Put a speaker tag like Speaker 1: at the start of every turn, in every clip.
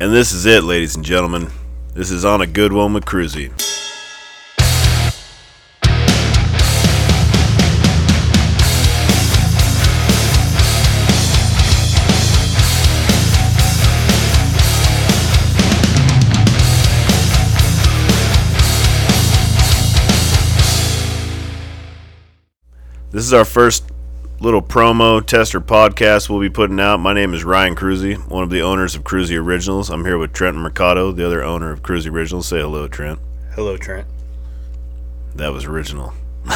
Speaker 1: And this is it, ladies and gentlemen. This is on a good one with Cruzy. This is our first little promo tester podcast we'll be putting out. My name is Ryan Cruzy, one of the owners of Cruzy Originals. I'm here with Trent Mercado, the other owner of Cruzy Originals. Say hello, Trent.
Speaker 2: Hello, Trent.
Speaker 1: That was original.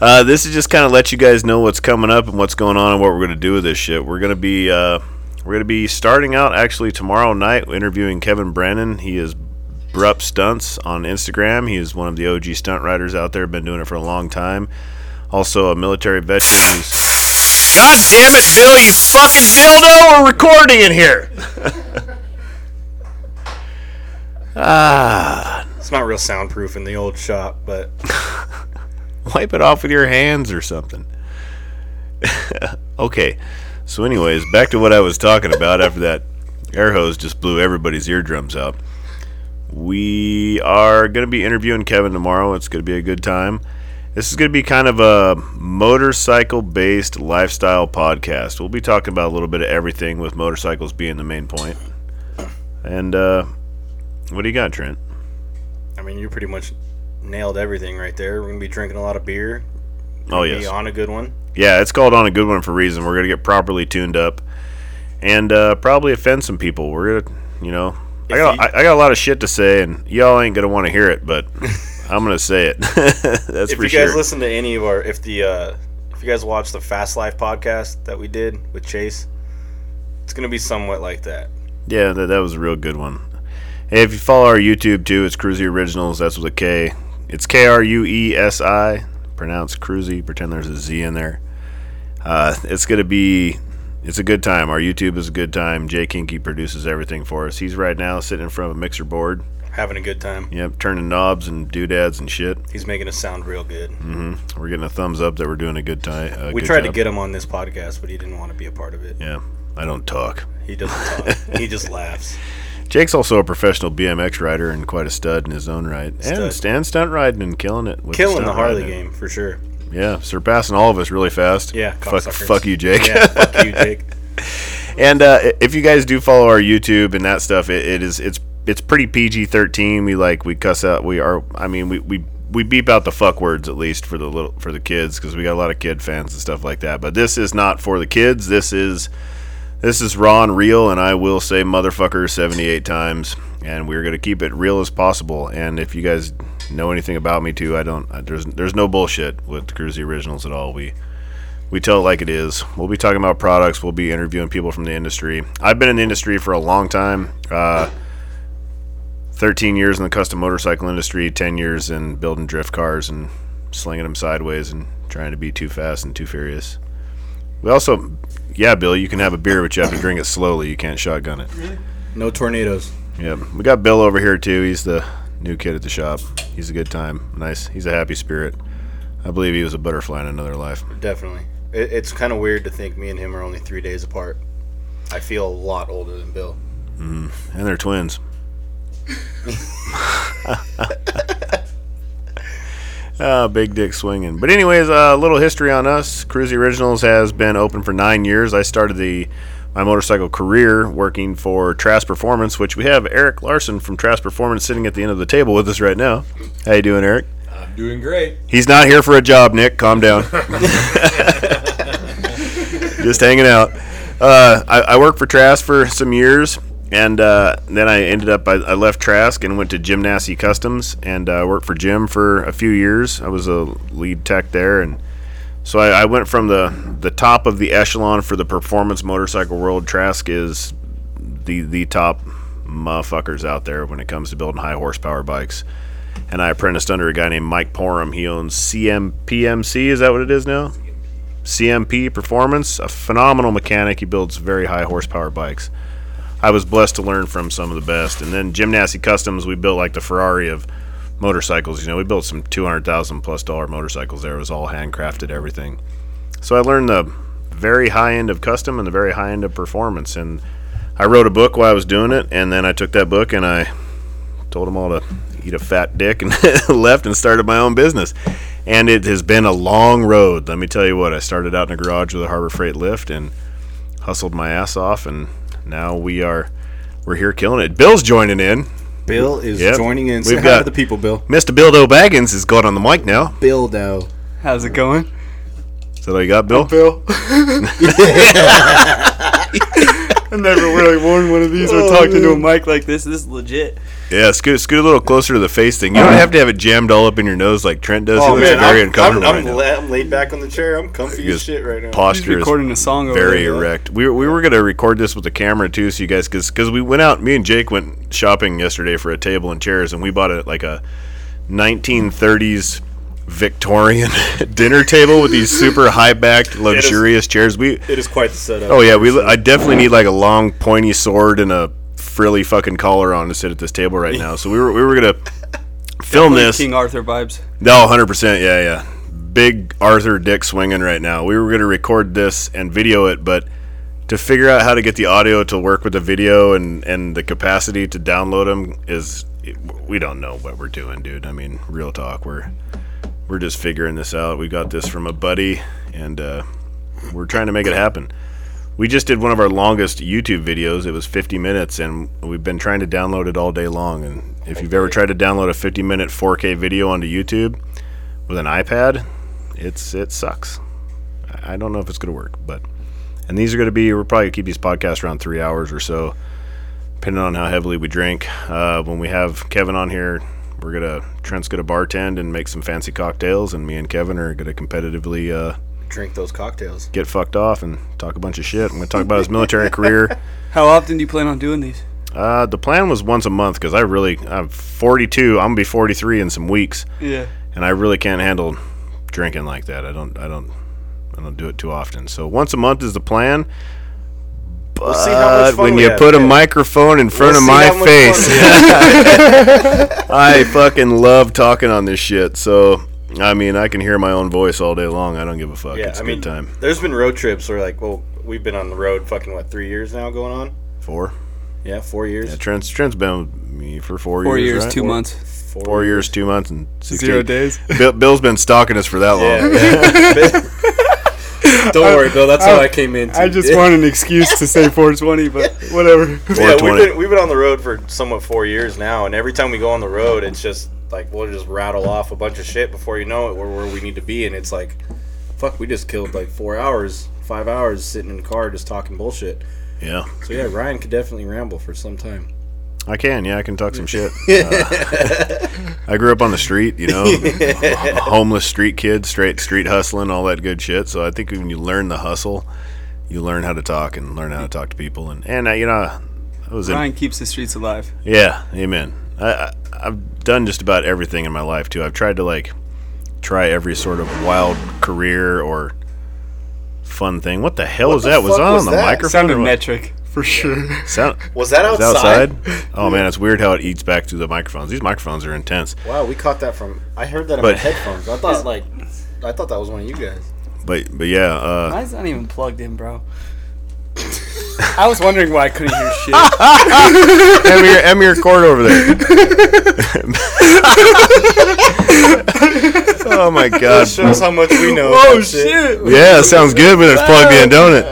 Speaker 1: uh, this is just kind of let you guys know what's coming up and what's going on and what we're going to do with this shit. We're going to be uh, we're going to be starting out actually tomorrow night interviewing Kevin Brennan. He is Brup Stunts on Instagram. He is one of the OG stunt riders out there. Been doing it for a long time. Also a military veteran who's God damn it, Bill, you fucking dildo! We're recording in here.
Speaker 2: It's not real soundproof in the old shop, but
Speaker 1: wipe it off with your hands or something. okay. So, anyways, back to what I was talking about after that air hose just blew everybody's eardrums out. We are going to be interviewing Kevin tomorrow. It's going to be a good time. This is going to be kind of a motorcycle based lifestyle podcast. We'll be talking about a little bit of everything, with motorcycles being the main point. And uh, what do you got, Trent?
Speaker 2: I mean, you pretty much nailed everything right there. We're gonna be drinking a lot of beer.
Speaker 1: Oh,
Speaker 2: Be
Speaker 1: yes.
Speaker 2: on a good one.
Speaker 1: Yeah, it's called on a good one for a reason. We're gonna get properly tuned up, and uh, probably offend some people. We're gonna, you know, I
Speaker 2: If
Speaker 1: got
Speaker 2: you-
Speaker 1: I, I got a lot of shit to say, and y'all ain't gonna want to hear it, but I'm gonna say it. That's
Speaker 2: if
Speaker 1: for
Speaker 2: you
Speaker 1: sure.
Speaker 2: guys listen to any of our, if the, uh, if you guys watch the Fast Life podcast that we did with Chase, it's gonna be somewhat like that.
Speaker 1: yeah, that, that was a real good one. Hey, if you follow our YouTube too, it's Cruzy Originals. That's with a K. It's K R U E S I. Pronounce Cruzy. Pretend there's a Z in there. Uh, it's gonna be. It's a good time. Our YouTube is a good time. Jay Kinky produces everything for us. He's right now sitting in front of a mixer board.
Speaker 2: Having a good time.
Speaker 1: Yep, turning knobs and doodads and shit.
Speaker 2: He's making us sound real good.
Speaker 1: We're getting a thumbs up that we're doing a good time. Uh,
Speaker 2: we
Speaker 1: Mm, good
Speaker 2: tried to
Speaker 1: job.
Speaker 2: get him on this podcast, but he didn't want to be a part of it.
Speaker 1: Yeah, I don't talk.
Speaker 2: He doesn't talk. he just laughs.
Speaker 1: Jake's also a professional BMX rider and quite a stud in his own right, and
Speaker 2: Stud.
Speaker 1: stand stunt riding and killing it. With
Speaker 2: Killing
Speaker 1: stunt
Speaker 2: the Harley
Speaker 1: riding.
Speaker 2: game for sure.
Speaker 1: Yeah, surpassing all of us really fast.
Speaker 2: Yeah,
Speaker 1: fuck,
Speaker 2: cocksuckers.
Speaker 1: fuck you, Jake.
Speaker 2: Yeah, fuck you, Jake.
Speaker 1: And uh, i- if you guys do follow our YouTube and that stuff, it, it is it's it's pretty PG thirteen. We like we cuss out. We are. I mean, we we. We beep out the fuck words at least for the little for the kids because we got a lot of kid fans and stuff like that. But this is not for the kids. This is this is raw and real, and I will say motherfucker seventy eight times, and we're gonna keep it real as possible. And if you guys know anything about me too, I don't. I, there's there's no bullshit with Cruzy Originals at all. We we tell it like it is. We'll be talking about products. We'll be interviewing people from the industry. I've been in the industry for a long time. Uh, 13 years in the custom motorcycle industry, 10 years in building drift cars and slinging them sideways and trying to be too fast and too furious. We also, yeah, Bill, you can have a beer, but you have to drink it slowly. You can't shotgun it.
Speaker 2: No tornadoes.
Speaker 1: Yep. We got Bill over here too. He's the new kid at the shop. He's a good time. Nice. He's a happy spirit. I believe he was a butterfly in another life.
Speaker 2: Definitely. It, it's kind of weird to think me and him are only three days apart. I feel a lot older than Bill.
Speaker 1: And they're twins. Ah, big dick swinging. But anyways, uh, a little history on us. Cruzy Originals has been open for nine years. I started the my motorcycle career working for Trass Performance, which we have Eric Larson from Trass Performance sitting at the end of the table with us right now. How you doing, Eric?
Speaker 3: Doing great.
Speaker 1: He's not here for a job, Nick. Calm down. Just hanging out. Uh, I, I worked for Trask for some years, and uh, then I ended up, I, I left Trask and went to Jim Nassy Customs and uh, worked for Jim for a few years. I was a lead tech there, and so I, I went from the, the top of the echelon for the performance motorcycle world. Trask is the, the top motherfuckers out there when it comes to building high horsepower bikes and I apprenticed under a guy named Mike Porum. He owns CMPMC. Is that what it is now? CMP Performance, a phenomenal mechanic. He builds very high horsepower bikes. I was blessed to learn from some of the best. And then Gymnasty Customs, we built like the Ferrari of motorcycles. You know, we built some two hundred thousand plus dollar motorcycles. There it was all handcrafted, everything. So I learned the very high end of custom and the very high end of performance. And I wrote a book while I was doing it, and then I took that book and I told them all to eat a fat dick and left and started my own business. And it has been a long road. Let me tell you what. I started out in a garage with a Harbor Freight lift and hustled my ass off, and now we are we're here killing it. Bill's joining in.
Speaker 3: Bill is
Speaker 1: Yep.
Speaker 3: joining in.
Speaker 1: We've
Speaker 3: Say
Speaker 1: got-
Speaker 3: hi to the people, Bill.
Speaker 1: Mr. Bildo Baggins is got on the mic now.
Speaker 3: Bildo.
Speaker 4: How's it going?
Speaker 1: So there you got Bill.
Speaker 4: Bill. I've never really worn one of these or talked into a mic like this. This is legit.
Speaker 1: Yeah, scoot, scoot a little closer to the face thing. You don't have to have it jammed all up in your nose like Trent does. he looks very
Speaker 2: Oh. I'm, I'm,
Speaker 1: uncomfortable
Speaker 2: I'm
Speaker 1: right now.
Speaker 2: la- I'm laid back on the chair. I'm comfy as
Speaker 1: Just
Speaker 2: shit right now.
Speaker 4: He's
Speaker 1: Posture is
Speaker 4: recording a song over
Speaker 1: very
Speaker 4: there. uh,
Speaker 1: erect. We, were- we were going to record this with the camera too, so you guys, because we went out, me and Jake went shopping yesterday for a table and chairs, and we bought a, like a 1930s Victorian dinner table with these super high backed, luxurious chairs. We
Speaker 2: It is quite the setup.
Speaker 1: Oh yeah, we. I definitely need like a long pointy sword and a frilly fucking collar on to sit at this table right now. So we were we were gonna film this.
Speaker 4: King Arthur vibes.
Speaker 1: No, 100%. Yeah, yeah. Big Arthur dick swinging right now. We were going to record this and video it, but to figure out how to get the audio to work with the video and, and the capacity to download them is we don't know what we're doing, dude. I mean, real talk, we're we're just figuring this out. We got this from a buddy and uh, we're trying to make it happen. We just did one of our longest YouTube videos. It was 50 minutes, and we've been trying to download it all day long. And if you've ever tried to download a 50 minute 4K video onto YouTube with an iPad, it's it sucks. I I don't know if it's going to work, but and these are going to be we're probably going to keep these podcasts around three hours or so, depending on how heavily we drink. Uh, when we have Kevin on here, we're gonna Trent's going to bartend and make some fancy cocktails, and me and Kevin are going to competitively. Uh,
Speaker 2: Drink those cocktails.
Speaker 1: get fucked off and talk a bunch of shit. I'm going to talk about his military career.
Speaker 4: How often do you plan on doing these?
Speaker 1: Uh, the plan was once a month because I really, I'm 42. I'm gonna be 43 in some weeks,
Speaker 4: Yeah.
Speaker 1: and I really can't handle drinking like that. I don't, I don't, I don't do it too often. So once a month is the plan. But
Speaker 2: see how much fun
Speaker 1: when
Speaker 2: we
Speaker 1: you
Speaker 2: have,
Speaker 1: put a
Speaker 2: yeah.
Speaker 1: microphone in front of
Speaker 2: We'll see how
Speaker 1: my
Speaker 2: much
Speaker 1: face,
Speaker 2: fun we have.
Speaker 1: I fucking love talking on this shit. So I mean, I can hear my own voice all day long. I don't give a fuck.
Speaker 2: yeah,
Speaker 1: it's a
Speaker 2: I mean,
Speaker 1: good time.
Speaker 2: there's been road trips where like, well, we've been on the road fucking what three years now going on.
Speaker 1: Four.
Speaker 2: Yeah, four
Speaker 1: Yeah,
Speaker 2: years.
Speaker 1: Trent's, Trent's been with me for four,
Speaker 4: Four years,
Speaker 1: years right?
Speaker 4: two months,
Speaker 1: four years, two months, and 16.
Speaker 4: zero days.
Speaker 1: Bill, Bill's been stalking us for that long.
Speaker 3: Don't worry, Bill. That's how I came in.
Speaker 4: I just want an excuse to say 420, but whatever.
Speaker 2: Yeah, we've
Speaker 1: 420.
Speaker 2: been, we've been on the road for somewhat four years now, and every time we go on the road, it's just like we'll just rattle off a bunch of shit before you know it, we're where we need to be, and it's like, fuck, we just killed like four hours, five hours sitting in the car just talking bullshit.
Speaker 1: Yeah,
Speaker 2: So yeah, Ryan could definitely ramble for some time.
Speaker 1: I can. Yeah, I can talk some shit. Uh, I grew up on the street, you know, a homeless street kid, straight street hustling, all that good shit. So I think when you learn the hustle, you learn how to talk and learn how to talk to people. And and I, you know, I was in
Speaker 4: Ryan keeps the streets alive.
Speaker 1: Yeah, amen. I, I I've done just about everything in my life too. I've tried to like try every sort of wild career or fun thing. What the hell is
Speaker 2: the
Speaker 1: that? Was
Speaker 2: fuck
Speaker 1: that
Speaker 2: was
Speaker 1: on the
Speaker 2: that?
Speaker 1: microphone?
Speaker 4: Sounded
Speaker 1: or what?
Speaker 4: metric for sure.
Speaker 1: Sound-
Speaker 2: Was that
Speaker 1: is it
Speaker 2: outside?
Speaker 1: Oh man, it's weird how it eats back through the microphones. These microphones are intense.
Speaker 2: Wow, we caught that from. I heard that in
Speaker 1: But-
Speaker 2: my headphones. I thought like, I thought that was one of you guys.
Speaker 1: But but yeah, uh,
Speaker 4: Mine's not even plugged in, bro. I was wondering why I couldn't hear shit.
Speaker 1: Oh, Emir Emir Court over there. oh my god.
Speaker 2: Shows how much we know.
Speaker 4: oh
Speaker 2: about
Speaker 4: shit!
Speaker 1: Yeah, sounds good when it's plugged in, don't it?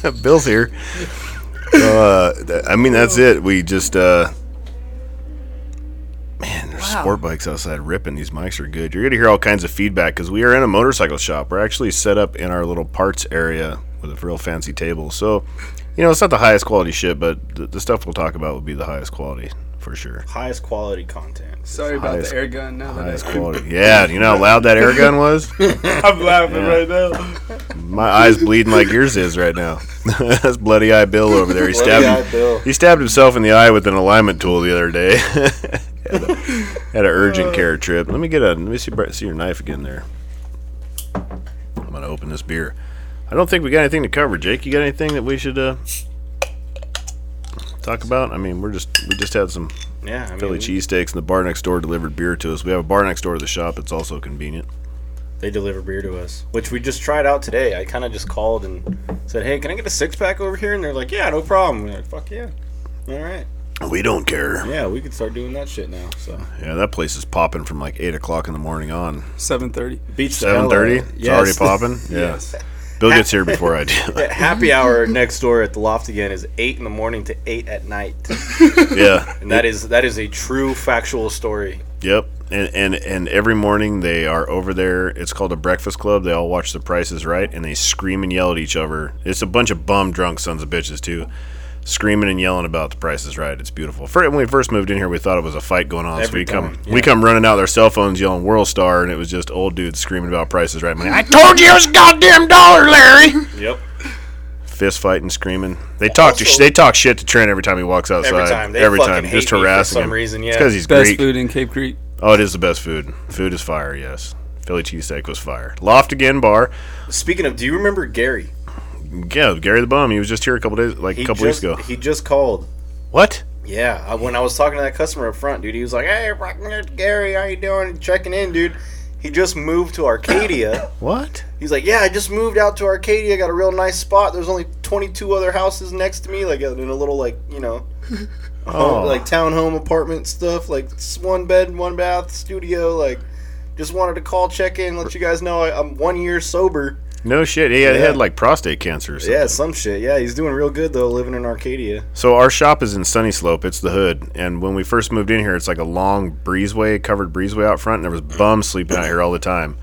Speaker 4: What's poppin'?
Speaker 1: Bill's here. So, uh, th- I mean, that's it. We just, uh, man, there's
Speaker 4: Wow.
Speaker 1: sport bikes outside ripping. These mics are good. You're going to hear all kinds of feedback because we are in a motorcycle shop. We're actually set up in our little parts area with a real fancy table. So, you know, it's not the highest quality shit, but the, the stuff we'll talk about will be the highest quality for sure.
Speaker 2: Highest quality content.
Speaker 4: Sorry about
Speaker 1: Highest-
Speaker 4: the air gun. Now that
Speaker 1: Highest quality. Yeah, you know how loud that air gun was?
Speaker 4: I, I'm laughing
Speaker 1: Yeah.
Speaker 4: right now.
Speaker 1: My eye's bleeding like yours is right now. That's bloody eye Bill over there. He stabbed
Speaker 2: Bloody Eye Bill.
Speaker 1: He stabbed himself in the eye with an alignment tool the other day. had, a, had an urgent care trip. Let me get a let me see, Brett, see your knife again there. I'm gonna open this beer. I don't think we got anything to cover, Jake. You got anything that we should uh, talk about? I mean, we're just we just had some
Speaker 2: Yeah, I mean,
Speaker 1: Philly cheesesteaks, and the bar next door delivered beer to us. We have a bar next door to the shop. It's also convenient.
Speaker 2: They deliver beer to us, which we just tried out today. I kind of just called and said, "Hey, can I get a six pack over here?" And they're like, "Yeah, no problem." We're like, "Fuck yeah." All right.
Speaker 1: We don't care.
Speaker 2: Yeah, we could start doing that shit now. So
Speaker 1: Yeah, that place is popping from like eight o'clock in the morning on.
Speaker 4: Seven thirty.
Speaker 2: beach
Speaker 1: Seven thirty. It's already popping. Yeah.
Speaker 4: Yes.
Speaker 1: Bill gets here before I do.
Speaker 2: Happy hour next door at the loft again is eight in the morning to eight at night,
Speaker 1: yeah.
Speaker 2: and that is that is a true factual story.
Speaker 1: Yep. And, and and every morning they are over there. It's called a breakfast club. They all watch The Price is Right, and they scream and yell at each other. It's a bunch of bum drunk sons of bitches too, screaming and yelling about The Price is Right. It's beautiful. Fir- when we first moved in here, we thought it was a fight going on. so
Speaker 2: Every
Speaker 1: we
Speaker 2: time,
Speaker 1: come we come running out with our cell phones yelling World Star, and it was just old dudes screaming about Price is Right money. I told you it was a goddamn dollar, Larry.
Speaker 2: Yep.
Speaker 1: Fist fighting, screaming. They talk to sh-
Speaker 2: Also-
Speaker 1: they talk shit to Trent every time he walks outside.
Speaker 2: Every time. They
Speaker 1: every
Speaker 2: fucking
Speaker 1: time,
Speaker 2: hate
Speaker 1: just
Speaker 2: me for
Speaker 1: harassing
Speaker 2: some
Speaker 1: him.
Speaker 2: reason, yeah.
Speaker 1: because he's
Speaker 4: Best
Speaker 1: Greek.
Speaker 4: food in Cape Creek.
Speaker 1: Oh, it is the best food. Food is fire, yes. Philly cheesesteak was fire. Loft again bar.
Speaker 2: Speaking of, do you remember Gary?
Speaker 1: Yeah, Gary the Bum. He was just here a couple days, like a couple
Speaker 2: just,
Speaker 1: weeks ago.
Speaker 2: He just called.
Speaker 1: What?
Speaker 2: Yeah, I, when I was talking to that customer up front, dude, he was like, "Hey, fucking Gary, how you doing? Checking in, dude." He just moved to Arcadia.
Speaker 1: What?
Speaker 2: He's like, "Yeah, I just moved out to Arcadia. Got a real nice spot. There's only 22 other houses next to me, like in a little like you know,
Speaker 1: Oh.
Speaker 2: home, like townhome apartment stuff. Like it's one bed, one bath, studio. Like, just wanted to call, check in, let you guys know I, I'm one year sober.
Speaker 1: No shit. He had,
Speaker 2: Yeah.
Speaker 1: had like prostate cancer or something.
Speaker 2: Yeah, some shit. Yeah, he's doing real good though, living in Arcadia.
Speaker 1: So our shop is in Sunny Slope. It's the hood. And when we first moved in here, it's like a long breezeway, covered breezeway out front. And there was bums sleeping out here all the time.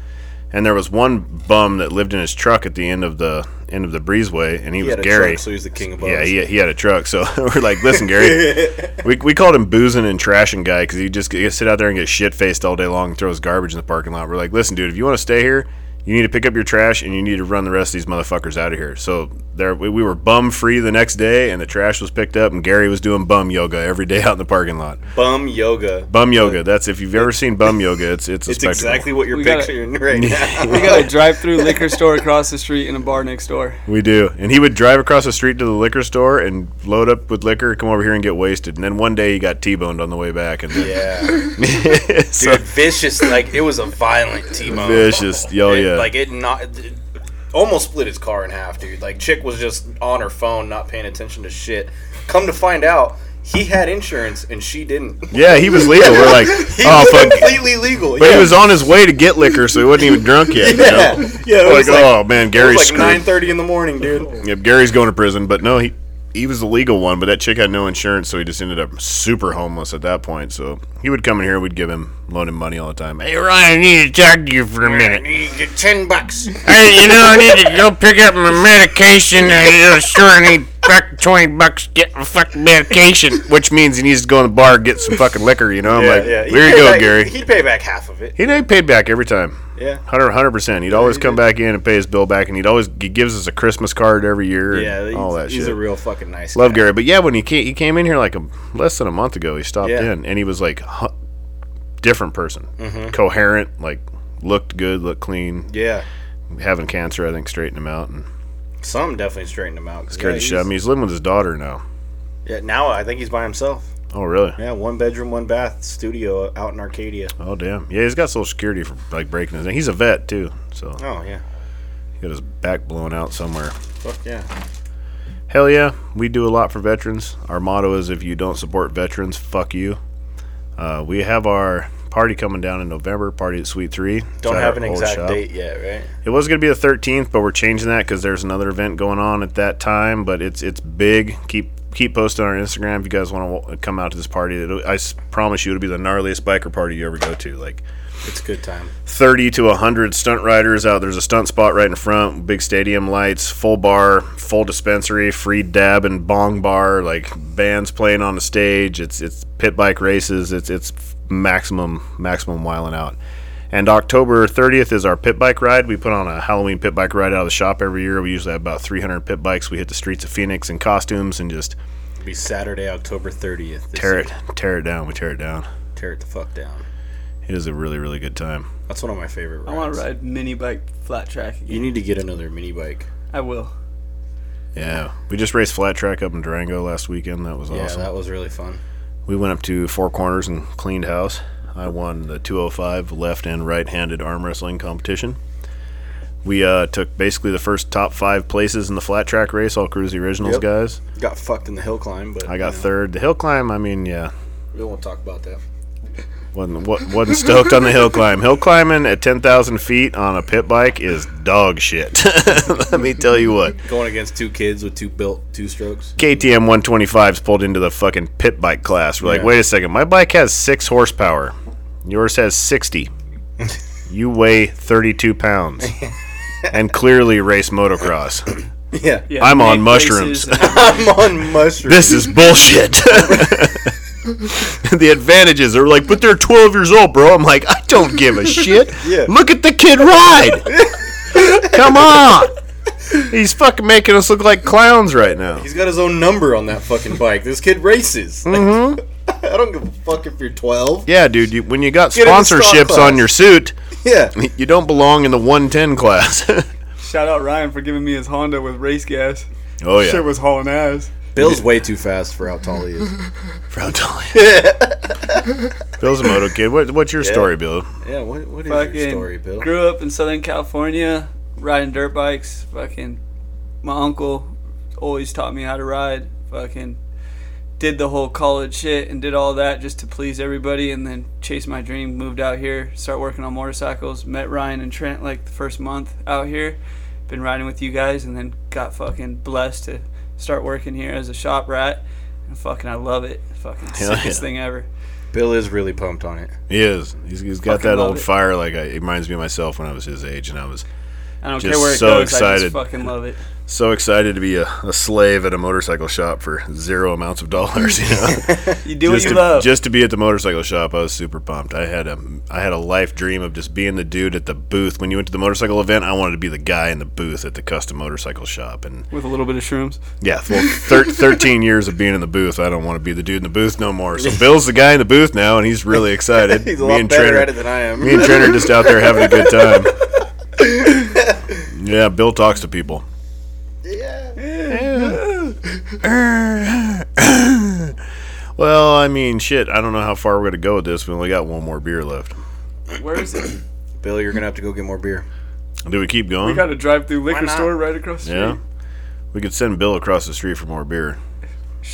Speaker 1: And there was one bum that lived in his truck at the end of the end of the breezeway, and he,
Speaker 2: He
Speaker 1: was
Speaker 2: had a
Speaker 1: Gary.
Speaker 2: truck, so he's the king of
Speaker 1: Yeah,
Speaker 2: bums.
Speaker 1: he, he had a truck. So we're like, listen, Gary, we, we called him boozing and trashing guy because he just he sit out there and get shit faced all day long and throws garbage in the parking lot. We're like, listen, dude, if you want to stay here, you need to pick up your trash and you need to run the rest of these motherfuckers out of here. So there we, we were bum free the next day and the trash was picked up and Gary was doing bum yoga every day out in the parking lot.
Speaker 2: Bum yoga.
Speaker 1: Bum yoga. That's if you've ever seen bum yoga, it's it's a
Speaker 2: It's
Speaker 1: spectacle.
Speaker 2: exactly what you're
Speaker 4: We gotta-
Speaker 2: picturing right now.
Speaker 4: We got a drive-through liquor store across the street and a bar next door.
Speaker 1: We do. And he would drive across the street to the liquor store and load up with liquor, come over here and get wasted. And then one day he got T-boned on the way back and then
Speaker 2: Yeah,
Speaker 1: so
Speaker 2: dude, vicious. Like it was a violent T-bone.
Speaker 1: vicious. Oh
Speaker 2: It-
Speaker 1: yeah.
Speaker 2: Like it not it almost split his car in half, dude. Like chick was just on her phone, not paying attention to shit. Come to find out, he had insurance and she didn't.
Speaker 1: yeah, he was legal. We're like,
Speaker 2: He
Speaker 1: oh
Speaker 2: was
Speaker 1: fuck.
Speaker 2: completely legal.
Speaker 1: But
Speaker 2: yeah.
Speaker 1: he was on his way to get liquor, so he wasn't even drunk yet. you
Speaker 2: yeah.
Speaker 1: know?
Speaker 2: yeah, it
Speaker 1: Like,
Speaker 2: was like,
Speaker 1: oh man,
Speaker 2: it was
Speaker 1: Gary's
Speaker 2: like nine
Speaker 1: screwed.
Speaker 2: thirty in the morning, dude.
Speaker 1: Yep, Gary's going to prison, but no, he he was the legal one, but that chick had no insurance, so he just ended up super homeless at that point. So he would come in here, we'd give him loan him money all the time. Hey Ryan, I need to talk to you for a
Speaker 2: I
Speaker 1: minute.
Speaker 2: need to get ten bucks.
Speaker 1: Hey, you know, I need to go pick up my medication. I sure I need fuck twenty bucks to get my fucking medication. Which means he needs to go in the bar and get some fucking liquor, you know? I'm like,
Speaker 2: He'd
Speaker 1: here you
Speaker 2: pay
Speaker 1: go,
Speaker 2: back-
Speaker 1: Gary.
Speaker 2: He'd pay back half of it.
Speaker 1: He they paid back every time.
Speaker 2: Yeah.
Speaker 1: 100 percent. He'd always come back in and pay his bill back, and he'd always he gives us a Christmas card every year. and
Speaker 2: Yeah, he's,
Speaker 1: all that
Speaker 2: he's
Speaker 1: shit.
Speaker 2: a real fucking nice
Speaker 1: Love
Speaker 2: guy.
Speaker 1: Gary, but yeah, when he came, he came in here like a, less than a month ago, he stopped
Speaker 2: Yeah. Mm-hmm.
Speaker 1: in and he was like huh, different person, coherent, like looked good, looked clean.
Speaker 2: Yeah.
Speaker 1: Having cancer, I think straightened him out and
Speaker 2: Some definitely straightened him out. 'cause,
Speaker 1: scared
Speaker 2: yeah,
Speaker 1: the shit out of
Speaker 2: he's-
Speaker 1: me. He's living with his daughter now.
Speaker 2: Yeah, now I think he's by himself.
Speaker 1: Oh really?
Speaker 2: Yeah, one bedroom, one bath studio out in Arcadia.
Speaker 1: Oh damn. Yeah, he's got Social Security for like breaking his. neck. He's a vet too, so
Speaker 2: Oh yeah,
Speaker 1: he got his back blown out somewhere.
Speaker 2: fuck yeah.
Speaker 1: Hell yeah, we do a lot for veterans. Our motto is if you don't support veterans, fuck you. Uh, we have our party coming down in November, party at Suite 3. It's
Speaker 2: Don't
Speaker 1: at
Speaker 2: have
Speaker 1: our
Speaker 2: an
Speaker 1: old
Speaker 2: exact
Speaker 1: shop.
Speaker 2: date yet, right?
Speaker 1: It was going to be the 13th, but we're changing that because there's another event going on at that time. But it's it's big. Keep keep posting on our Instagram if you guys want to come out to this party. It'll, I s- promise you, it'll be the gnarliest biker party you ever go to. Like
Speaker 2: It's a good time.
Speaker 1: 30 to 100 stunt riders out. There's a stunt spot right in front, big stadium lights, full bar, full dispensary, free dab and bong bar, like bands playing on the stage. It's it's pit bike races. It's it's maximum maximum whiling out. And October 30th is our pit bike ride. We put on a Halloween pit bike ride out of the shop every year. We usually have about 300 pit bikes. We hit the streets of Phoenix in costumes and just
Speaker 2: It'll be Saturday, October thirtieth.
Speaker 1: tear it tear it down. We tear it down.
Speaker 2: tear it the fuck down.
Speaker 1: It is a really really good time.
Speaker 2: That's one of my favorite. Rides.
Speaker 4: I want to ride mini bike flat track again.
Speaker 2: You need to get another mini bike.
Speaker 4: I will.
Speaker 1: Yeah, we just raced flat track up in Durango last weekend. That was awesome.
Speaker 2: Yeah, that was really fun.
Speaker 1: We went up to Four Corners oh and cleaned house. I won the 205 left and right handed arm wrestling competition. We uh, took basically the first top five places in the flat track race, all Cruise Originals
Speaker 2: Yep.
Speaker 1: guys.
Speaker 2: Got fucked in the hill climb, but
Speaker 1: I got third. The hill climb, I mean, yeah,
Speaker 2: We won't talk about that.
Speaker 1: wasn't wa- wasn't stoked on the hill climb. Hill climbing at ten thousand feet on a pit bike is dog shit. Let me tell you what.
Speaker 2: Going against two kids with two built two strokes.
Speaker 1: KTM 125s pulled into the fucking pit bike class. We're like,
Speaker 2: Yeah.
Speaker 1: wait a second, my bike has six horsepower. Yours has 60. you weigh 32 pounds. and clearly race motocross.
Speaker 2: Yeah,
Speaker 4: Yeah,
Speaker 1: I'm on
Speaker 4: big
Speaker 1: mushrooms.
Speaker 4: places and-
Speaker 2: I'm on mushrooms.
Speaker 1: this is bullshit. the advantages are like, but they're 12 years old, bro. I'm like, I don't give a shit.
Speaker 2: Yeah.
Speaker 1: Look at the kid ride. Come on. He's fucking making us look like clowns right now.
Speaker 2: He's got his own number on that fucking bike. This kid races.
Speaker 1: Mm-hmm.
Speaker 2: I don't give a fuck if you're 12.
Speaker 1: Yeah, dude, you, when you got
Speaker 2: Get in the stock
Speaker 1: sponsorships
Speaker 2: class.
Speaker 1: on your suit,
Speaker 2: Yeah.
Speaker 1: You don't belong in the 110 class.
Speaker 4: Shout out Ryan for giving me his Honda with race gas.
Speaker 1: oh
Speaker 4: Shit was hauling ass.
Speaker 2: Bill's way too fast for how tall he is.
Speaker 1: Bill's a moto kid. What, what's your story, Bill?
Speaker 2: yeah, what, what is your
Speaker 4: Fucking
Speaker 2: story, Bill?
Speaker 4: grew up in Southern California, riding dirt bikes. Fucking my uncle always taught me how to ride. Fucking did the whole college shit and did all that just to please everybody, and then chased my dream. Moved out here, start working on motorcycles. Met Ryan and Trent like the first month out here. Been riding with you guys, and then got fucking blessed to start working here as a shop rat. And fucking, I love it. Fucking
Speaker 1: Hell
Speaker 4: sickest
Speaker 1: yeah.
Speaker 4: thing ever.
Speaker 2: Bill is really pumped on it.
Speaker 1: He is. He's, he's got
Speaker 4: Fucking
Speaker 1: that
Speaker 4: love
Speaker 1: old
Speaker 4: it.
Speaker 1: fire. Like I, it reminds me of myself when I was his age, and I was
Speaker 4: I don't
Speaker 1: Just
Speaker 4: care where it
Speaker 1: so
Speaker 4: goes. I
Speaker 1: excited.
Speaker 4: just fucking love it.
Speaker 1: so excited to be a, a slave at a motorcycle shop for zero amounts of dollars. You know,
Speaker 4: You do
Speaker 1: just
Speaker 4: what
Speaker 1: to,
Speaker 4: you love.
Speaker 1: just to be at the motorcycle shop, I was super pumped. I had a I had a life dream of just being the dude at the booth. When you went to the motorcycle event, I wanted to be the guy in the booth at the custom motorcycle shop, and
Speaker 4: with a little bit of shrooms.
Speaker 1: Yeah, well, thir- 13 years of being in the booth. I don't want to be the dude in the booth no more. So Bill's the guy in the booth now, and he's really excited.
Speaker 2: He's a lot better
Speaker 1: Trent are-
Speaker 2: at it than I am.
Speaker 1: me and Trent are just out there having a good time. Yeah, Bill talks to people. Well, I mean, shit. I don't know how far we're gonna go with this. We only got one more beer left.
Speaker 4: Where is it?
Speaker 2: Bill, you're going to have to go get more beer.
Speaker 1: Do we keep going?
Speaker 4: We got a drive-through liquor
Speaker 2: not?
Speaker 4: store right across the
Speaker 1: yeah.
Speaker 4: street.
Speaker 1: We could send Bill across the street for more beer.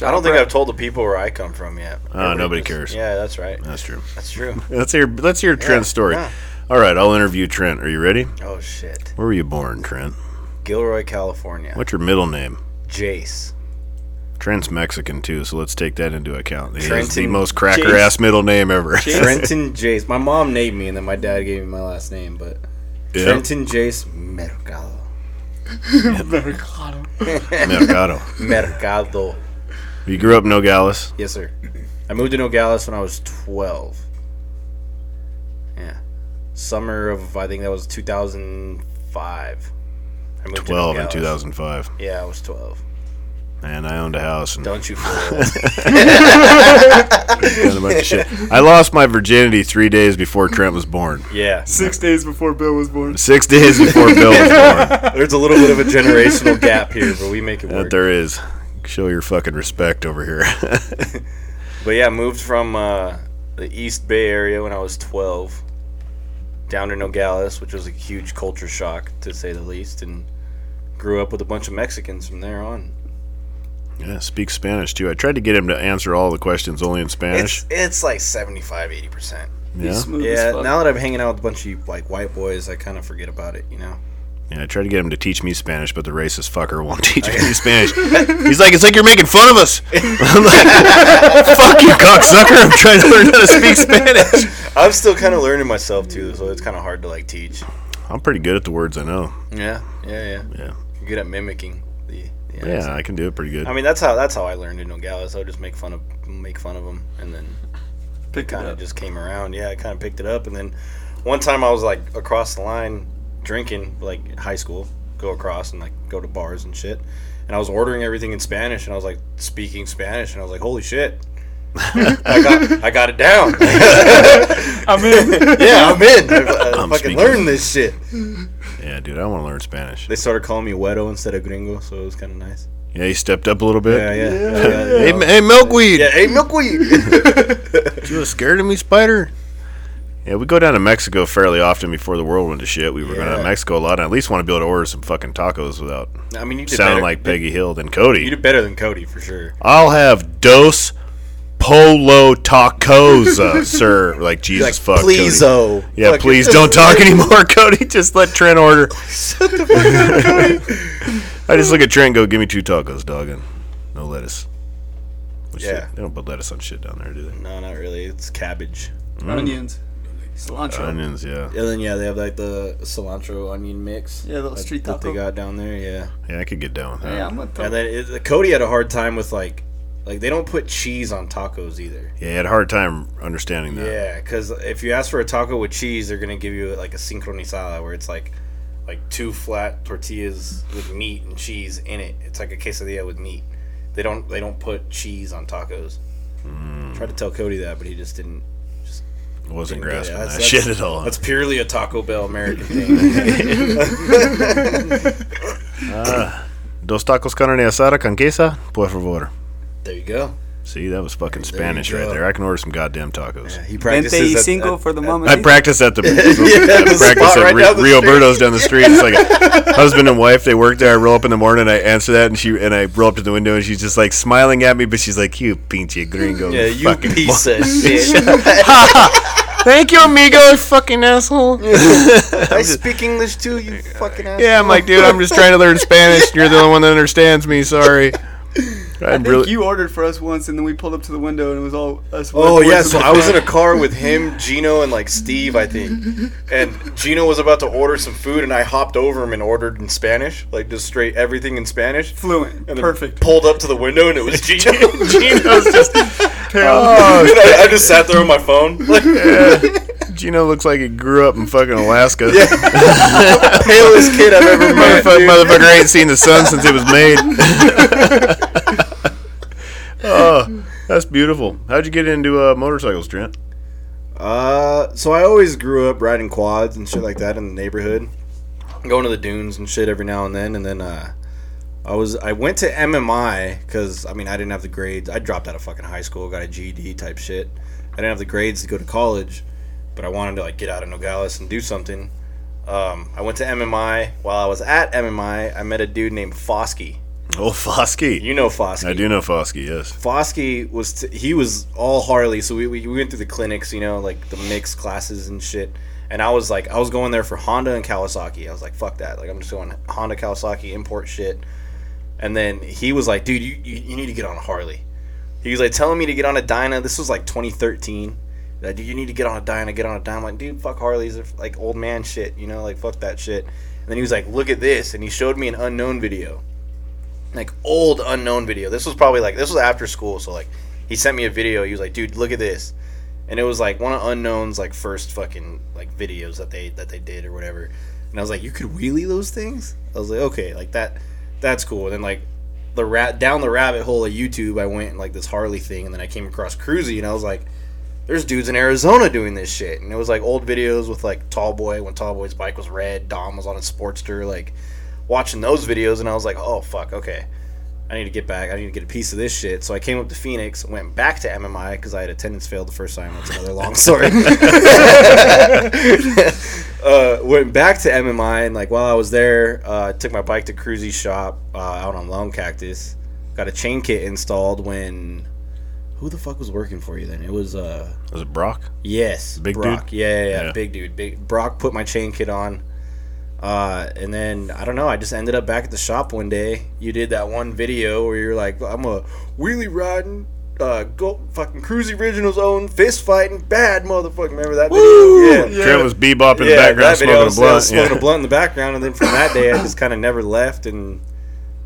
Speaker 2: I don't think I've told the people where I come from yet.
Speaker 1: Ah, nobody
Speaker 2: just-
Speaker 1: cares.
Speaker 2: Uh, Yeah, that's right.
Speaker 1: That's true.
Speaker 2: That's true.
Speaker 1: Let's hear. Let's hear Trent's story.
Speaker 2: yeah.
Speaker 1: All right, I'll interview Trent. Are you ready?
Speaker 2: Oh, shit.
Speaker 1: Where were you born, Trent?
Speaker 2: Gilroy, California.
Speaker 1: What's your middle name?
Speaker 2: Jace.
Speaker 1: Trent's Mexican too, so let's take that into account. He has the
Speaker 2: Trenton
Speaker 1: most cracker ass middle name ever.
Speaker 2: Trenton Jace. My mom named me, and then my dad gave me my last name, but
Speaker 1: Yeah.
Speaker 2: Trenton Jace Mercado.
Speaker 1: Mercado.
Speaker 2: Mercado.
Speaker 1: You grew up in Nogales.
Speaker 2: Yes, sir. I moved to Nogales when I was 12. Yeah. Summer of, I think that was 2005. I moved to
Speaker 1: Twelve in
Speaker 2: Nogales.
Speaker 1: two thousand five.
Speaker 2: Yeah, I was 12.
Speaker 1: And I owned a house and done
Speaker 2: Don't you fool.
Speaker 1: a bunch of shit. I lost my virginity three days before Trent was born.
Speaker 2: yeah.
Speaker 4: Six days before Bill was born.
Speaker 1: Six days before Bill was born.
Speaker 2: There's a little bit of a generational gap here, but we make it
Speaker 1: That
Speaker 2: work.
Speaker 1: there is. Show your fucking respect over here.
Speaker 2: But yeah, moved from uh, the East Bay area when I was 12 down to Nogales, which was a huge culture shock to say the least, and grew up with a bunch of Mexicans from there on.
Speaker 1: yeah, speaks Spanish too. I tried to get him to answer all the questions only in Spanish.
Speaker 2: It's it's like 75 80%.
Speaker 1: yeah.
Speaker 4: Smooth
Speaker 2: Yeah,
Speaker 4: as fuck.
Speaker 2: now that I'm hanging out with a bunch of like white boys, I kind of forget about it, you know.
Speaker 1: Yeah, I tried to get him to teach me Spanish, but the racist fucker won't teach me Spanish. He's like, it's like you're making fun of us. I'm like, fuck you, cocksucker. I'm trying to learn how to speak Spanish.
Speaker 2: I'm still kind of learning myself too, so it's kind of hard to like teach.
Speaker 1: I'm pretty good at the words I know.
Speaker 2: Yeah, yeah, yeah.
Speaker 1: Yeah.
Speaker 2: You're good at mimicking the. the accent.
Speaker 1: Yeah, I can do it pretty good.
Speaker 2: I mean, that's how that's how I learned in Nogales. I would just make fun of make fun of them, and then
Speaker 4: Pick it
Speaker 2: kind of
Speaker 4: up.
Speaker 2: just came around. Yeah, I kind of picked it up, and then one time I was like across the line drinking, like high school, go across and like go to bars and shit, and I was ordering everything in Spanish, and I was like speaking Spanish, and I was like, holy shit. I got I got it down.
Speaker 4: I'm in.
Speaker 2: yeah, I'm in. I, I
Speaker 1: I'm
Speaker 2: fucking
Speaker 1: speaking.
Speaker 2: learned this shit.
Speaker 1: Yeah, dude, I want to learn Spanish.
Speaker 2: They started calling me Wedo instead of Gringo, so it was kind of nice.
Speaker 1: Yeah, he stepped up a little bit.
Speaker 2: Yeah, yeah. yeah.
Speaker 1: Hey, m- hey, milkweed.
Speaker 2: Yeah, hey, milkweed.
Speaker 1: You was scared of me, spider? Yeah, we go down to Mexico fairly often before the world went to shit. We were going
Speaker 2: Yeah.
Speaker 1: to Mexico a lot. And I at least want to be able to order some fucking tacos without
Speaker 2: I mean, you did
Speaker 1: sounding
Speaker 2: better-
Speaker 1: like Peggy Hill than
Speaker 2: You
Speaker 1: Cody.
Speaker 2: did better than Cody for sure.
Speaker 1: I'll have dos polo tacos, uh, sir. Like Jesus fuck,
Speaker 3: Please,
Speaker 1: Cody.
Speaker 3: oh.
Speaker 1: Yeah,
Speaker 2: uh, fuck
Speaker 1: please
Speaker 2: it.
Speaker 1: don't talk anymore, Cody. Just let Trent order. I just look at Trent and go, "Give me two tacos, dog, and no lettuce." Which
Speaker 2: Yeah.
Speaker 1: they, they don't put lettuce on shit down there, do they?
Speaker 2: No, not really. It's cabbage.
Speaker 4: Onions, cilantro.
Speaker 1: Onions, yeah.
Speaker 2: And then yeah, they have like the cilantro onion mix.
Speaker 4: Yeah, little
Speaker 2: that-
Speaker 4: street
Speaker 2: that they
Speaker 4: taco.
Speaker 2: got down there. Yeah,
Speaker 1: Yeah, I could get down with that.
Speaker 4: Yeah, I'm gonna throw-
Speaker 2: and then it, Cody had a hard time with like, like they don't put cheese on tacos either.
Speaker 1: Yeah, I had a hard time understanding that.
Speaker 2: Yeah, because if you ask for a taco with cheese, they're gonna give you like a sincronizada, where it's like, like two flat tortillas with meat and cheese in it. It's like a quesadilla with meat. They don't they don't put cheese on tacos.
Speaker 1: Hmm.
Speaker 2: Tried to tell Cody that, but he just didn't.
Speaker 1: I wasn't
Speaker 2: Yeah,
Speaker 1: grasping
Speaker 2: that's-
Speaker 1: that
Speaker 2: that's-
Speaker 1: shit at all.
Speaker 2: That's purely a Taco Bell American thing.
Speaker 1: Dos tacos carne asada con queso, por favor.
Speaker 2: there you go.
Speaker 1: See, that was fucking
Speaker 2: There you
Speaker 1: Spanish right
Speaker 2: go.
Speaker 1: there. I can order some goddamn tacos.
Speaker 2: He
Speaker 4: Vente y
Speaker 2: at-
Speaker 4: cinco for the moment.
Speaker 1: I practiced at the,
Speaker 2: the
Speaker 1: practice
Speaker 2: spot
Speaker 1: at
Speaker 2: right
Speaker 1: Re-
Speaker 2: down the
Speaker 1: Rio
Speaker 2: street.
Speaker 1: Berto's down the street. It's like a husband and wife. They work there. I roll up in the morning. I answer that, and she and I roll up to the window, and she's just like smiling at me, but she's like, "You pinche gringo,
Speaker 2: Yeah, you
Speaker 1: fucking
Speaker 2: piece of shit.
Speaker 1: Thank you, amigo, you fucking asshole."
Speaker 2: I speak English too, you fucking ass.
Speaker 1: Yeah, I'm like, dude, I'm just trying to learn Spanish, and you're the only one that understands me. Sorry.
Speaker 4: I
Speaker 1: I'm
Speaker 4: think
Speaker 1: really,
Speaker 4: you ordered for us once, and then we pulled up to the window, and it was all us.
Speaker 2: Oh
Speaker 4: white
Speaker 2: yeah,
Speaker 4: boys
Speaker 2: so
Speaker 4: the
Speaker 2: I was in
Speaker 4: back.
Speaker 2: a car with him, Gino, and like Steve, I think. And Gino was about to order some food, and I hopped over him and ordered in Spanish, like just straight everything in Spanish.
Speaker 4: fluent,
Speaker 2: And then
Speaker 4: perfect.
Speaker 2: Pulled up to the window, and it was Gino. Gino.
Speaker 1: Gino's just oh,
Speaker 2: And I, I just sat there on my phone, like
Speaker 1: Gino looks like he grew up in fucking Alaska.
Speaker 2: palest kid I've ever met.
Speaker 1: Motherfucker,
Speaker 2: dude.
Speaker 1: motherfucker ain't seen the sun since it was made. oh, that's beautiful. How'd you get into uh, motorcycles, Trent?
Speaker 2: Uh, so I always grew up riding quads and shit like that in the neighborhood, going to the dunes and shit every now and then. And then uh, I was I went to MMI because I mean I didn't have the grades. I dropped out of fucking high school, got a GED type shit. I didn't have the grades to go to college, but I wanted to like get out of Nogales and do something. Um, I went to MMI. While I was at MMI, I met a dude named Fosky.
Speaker 1: Oh, Fosky.
Speaker 2: You know Fosky.
Speaker 1: I do know Fosky, yes.
Speaker 2: Fosky was t- he was all Harley, so we, we went through the clinics, you know, like the mixed classes and shit. And I was like, I was going there for Honda and Kawasaki. I was like, fuck that, like I'm just going Honda Kawasaki import shit. And then he was like, dude, you, you, you need to get on a Harley. He was like telling me to get on a Dyna. This was like 2013. Like, dude, you need to get on a Dyna, get on a Dyna. I'm like, dude, fuck Harleys, they're like old man shit, you know, like fuck that shit. And then he was like, look at this, and he showed me an unknown video like old unknown video. This was probably like this was after school, so like he sent me a video. He was like, "Dude, look at this," and it was like one of unknown's like first fucking like videos that they that they did or whatever. And I was like, "You could wheelie those things?" I was like, "Okay, like that, that's cool." And then like the rat down the rabbit hole of YouTube, I went and like this Harley thing, and then I came across Cruzy, and I was like. There's dudes in Arizona doing this shit, and it was like old videos with like Tall Boy when Tall Boy's bike was red, Dom was on a Sportster, like watching those videos, and I was like, oh fuck, okay, I need to get back. I need to get a piece of this shit. So I came up to Phoenix, went back to MMI because I had attendance failed the first time. That's another long story. uh, went back to MMI and like while I was there, uh, took my bike to Cruzy's shop uh, out on Lone Cactus. Got a chain kit installed when. Who the fuck was working for you then? It was uh
Speaker 1: Was it Brock?
Speaker 2: Yes,
Speaker 1: Big
Speaker 2: Brock.
Speaker 1: dude?
Speaker 2: Yeah, yeah, yeah,
Speaker 1: Yeah.
Speaker 2: big dude. Big Brock put my chain kit on, uh, and then I don't know. I just ended up back at the shop one day. You did that one video where you're like, "I'm a wheelie riding, uh, go fucking cruise originals own fist fighting bad motherfucker." Remember that video? Yeah.
Speaker 1: Trent was bebop in the
Speaker 2: Yeah,
Speaker 1: background
Speaker 2: that
Speaker 1: smoking a
Speaker 2: video, I was- I
Speaker 1: blunt.
Speaker 2: was smoking
Speaker 1: yeah.
Speaker 2: a blunt in the background, and then from that day, I just kind of never left. And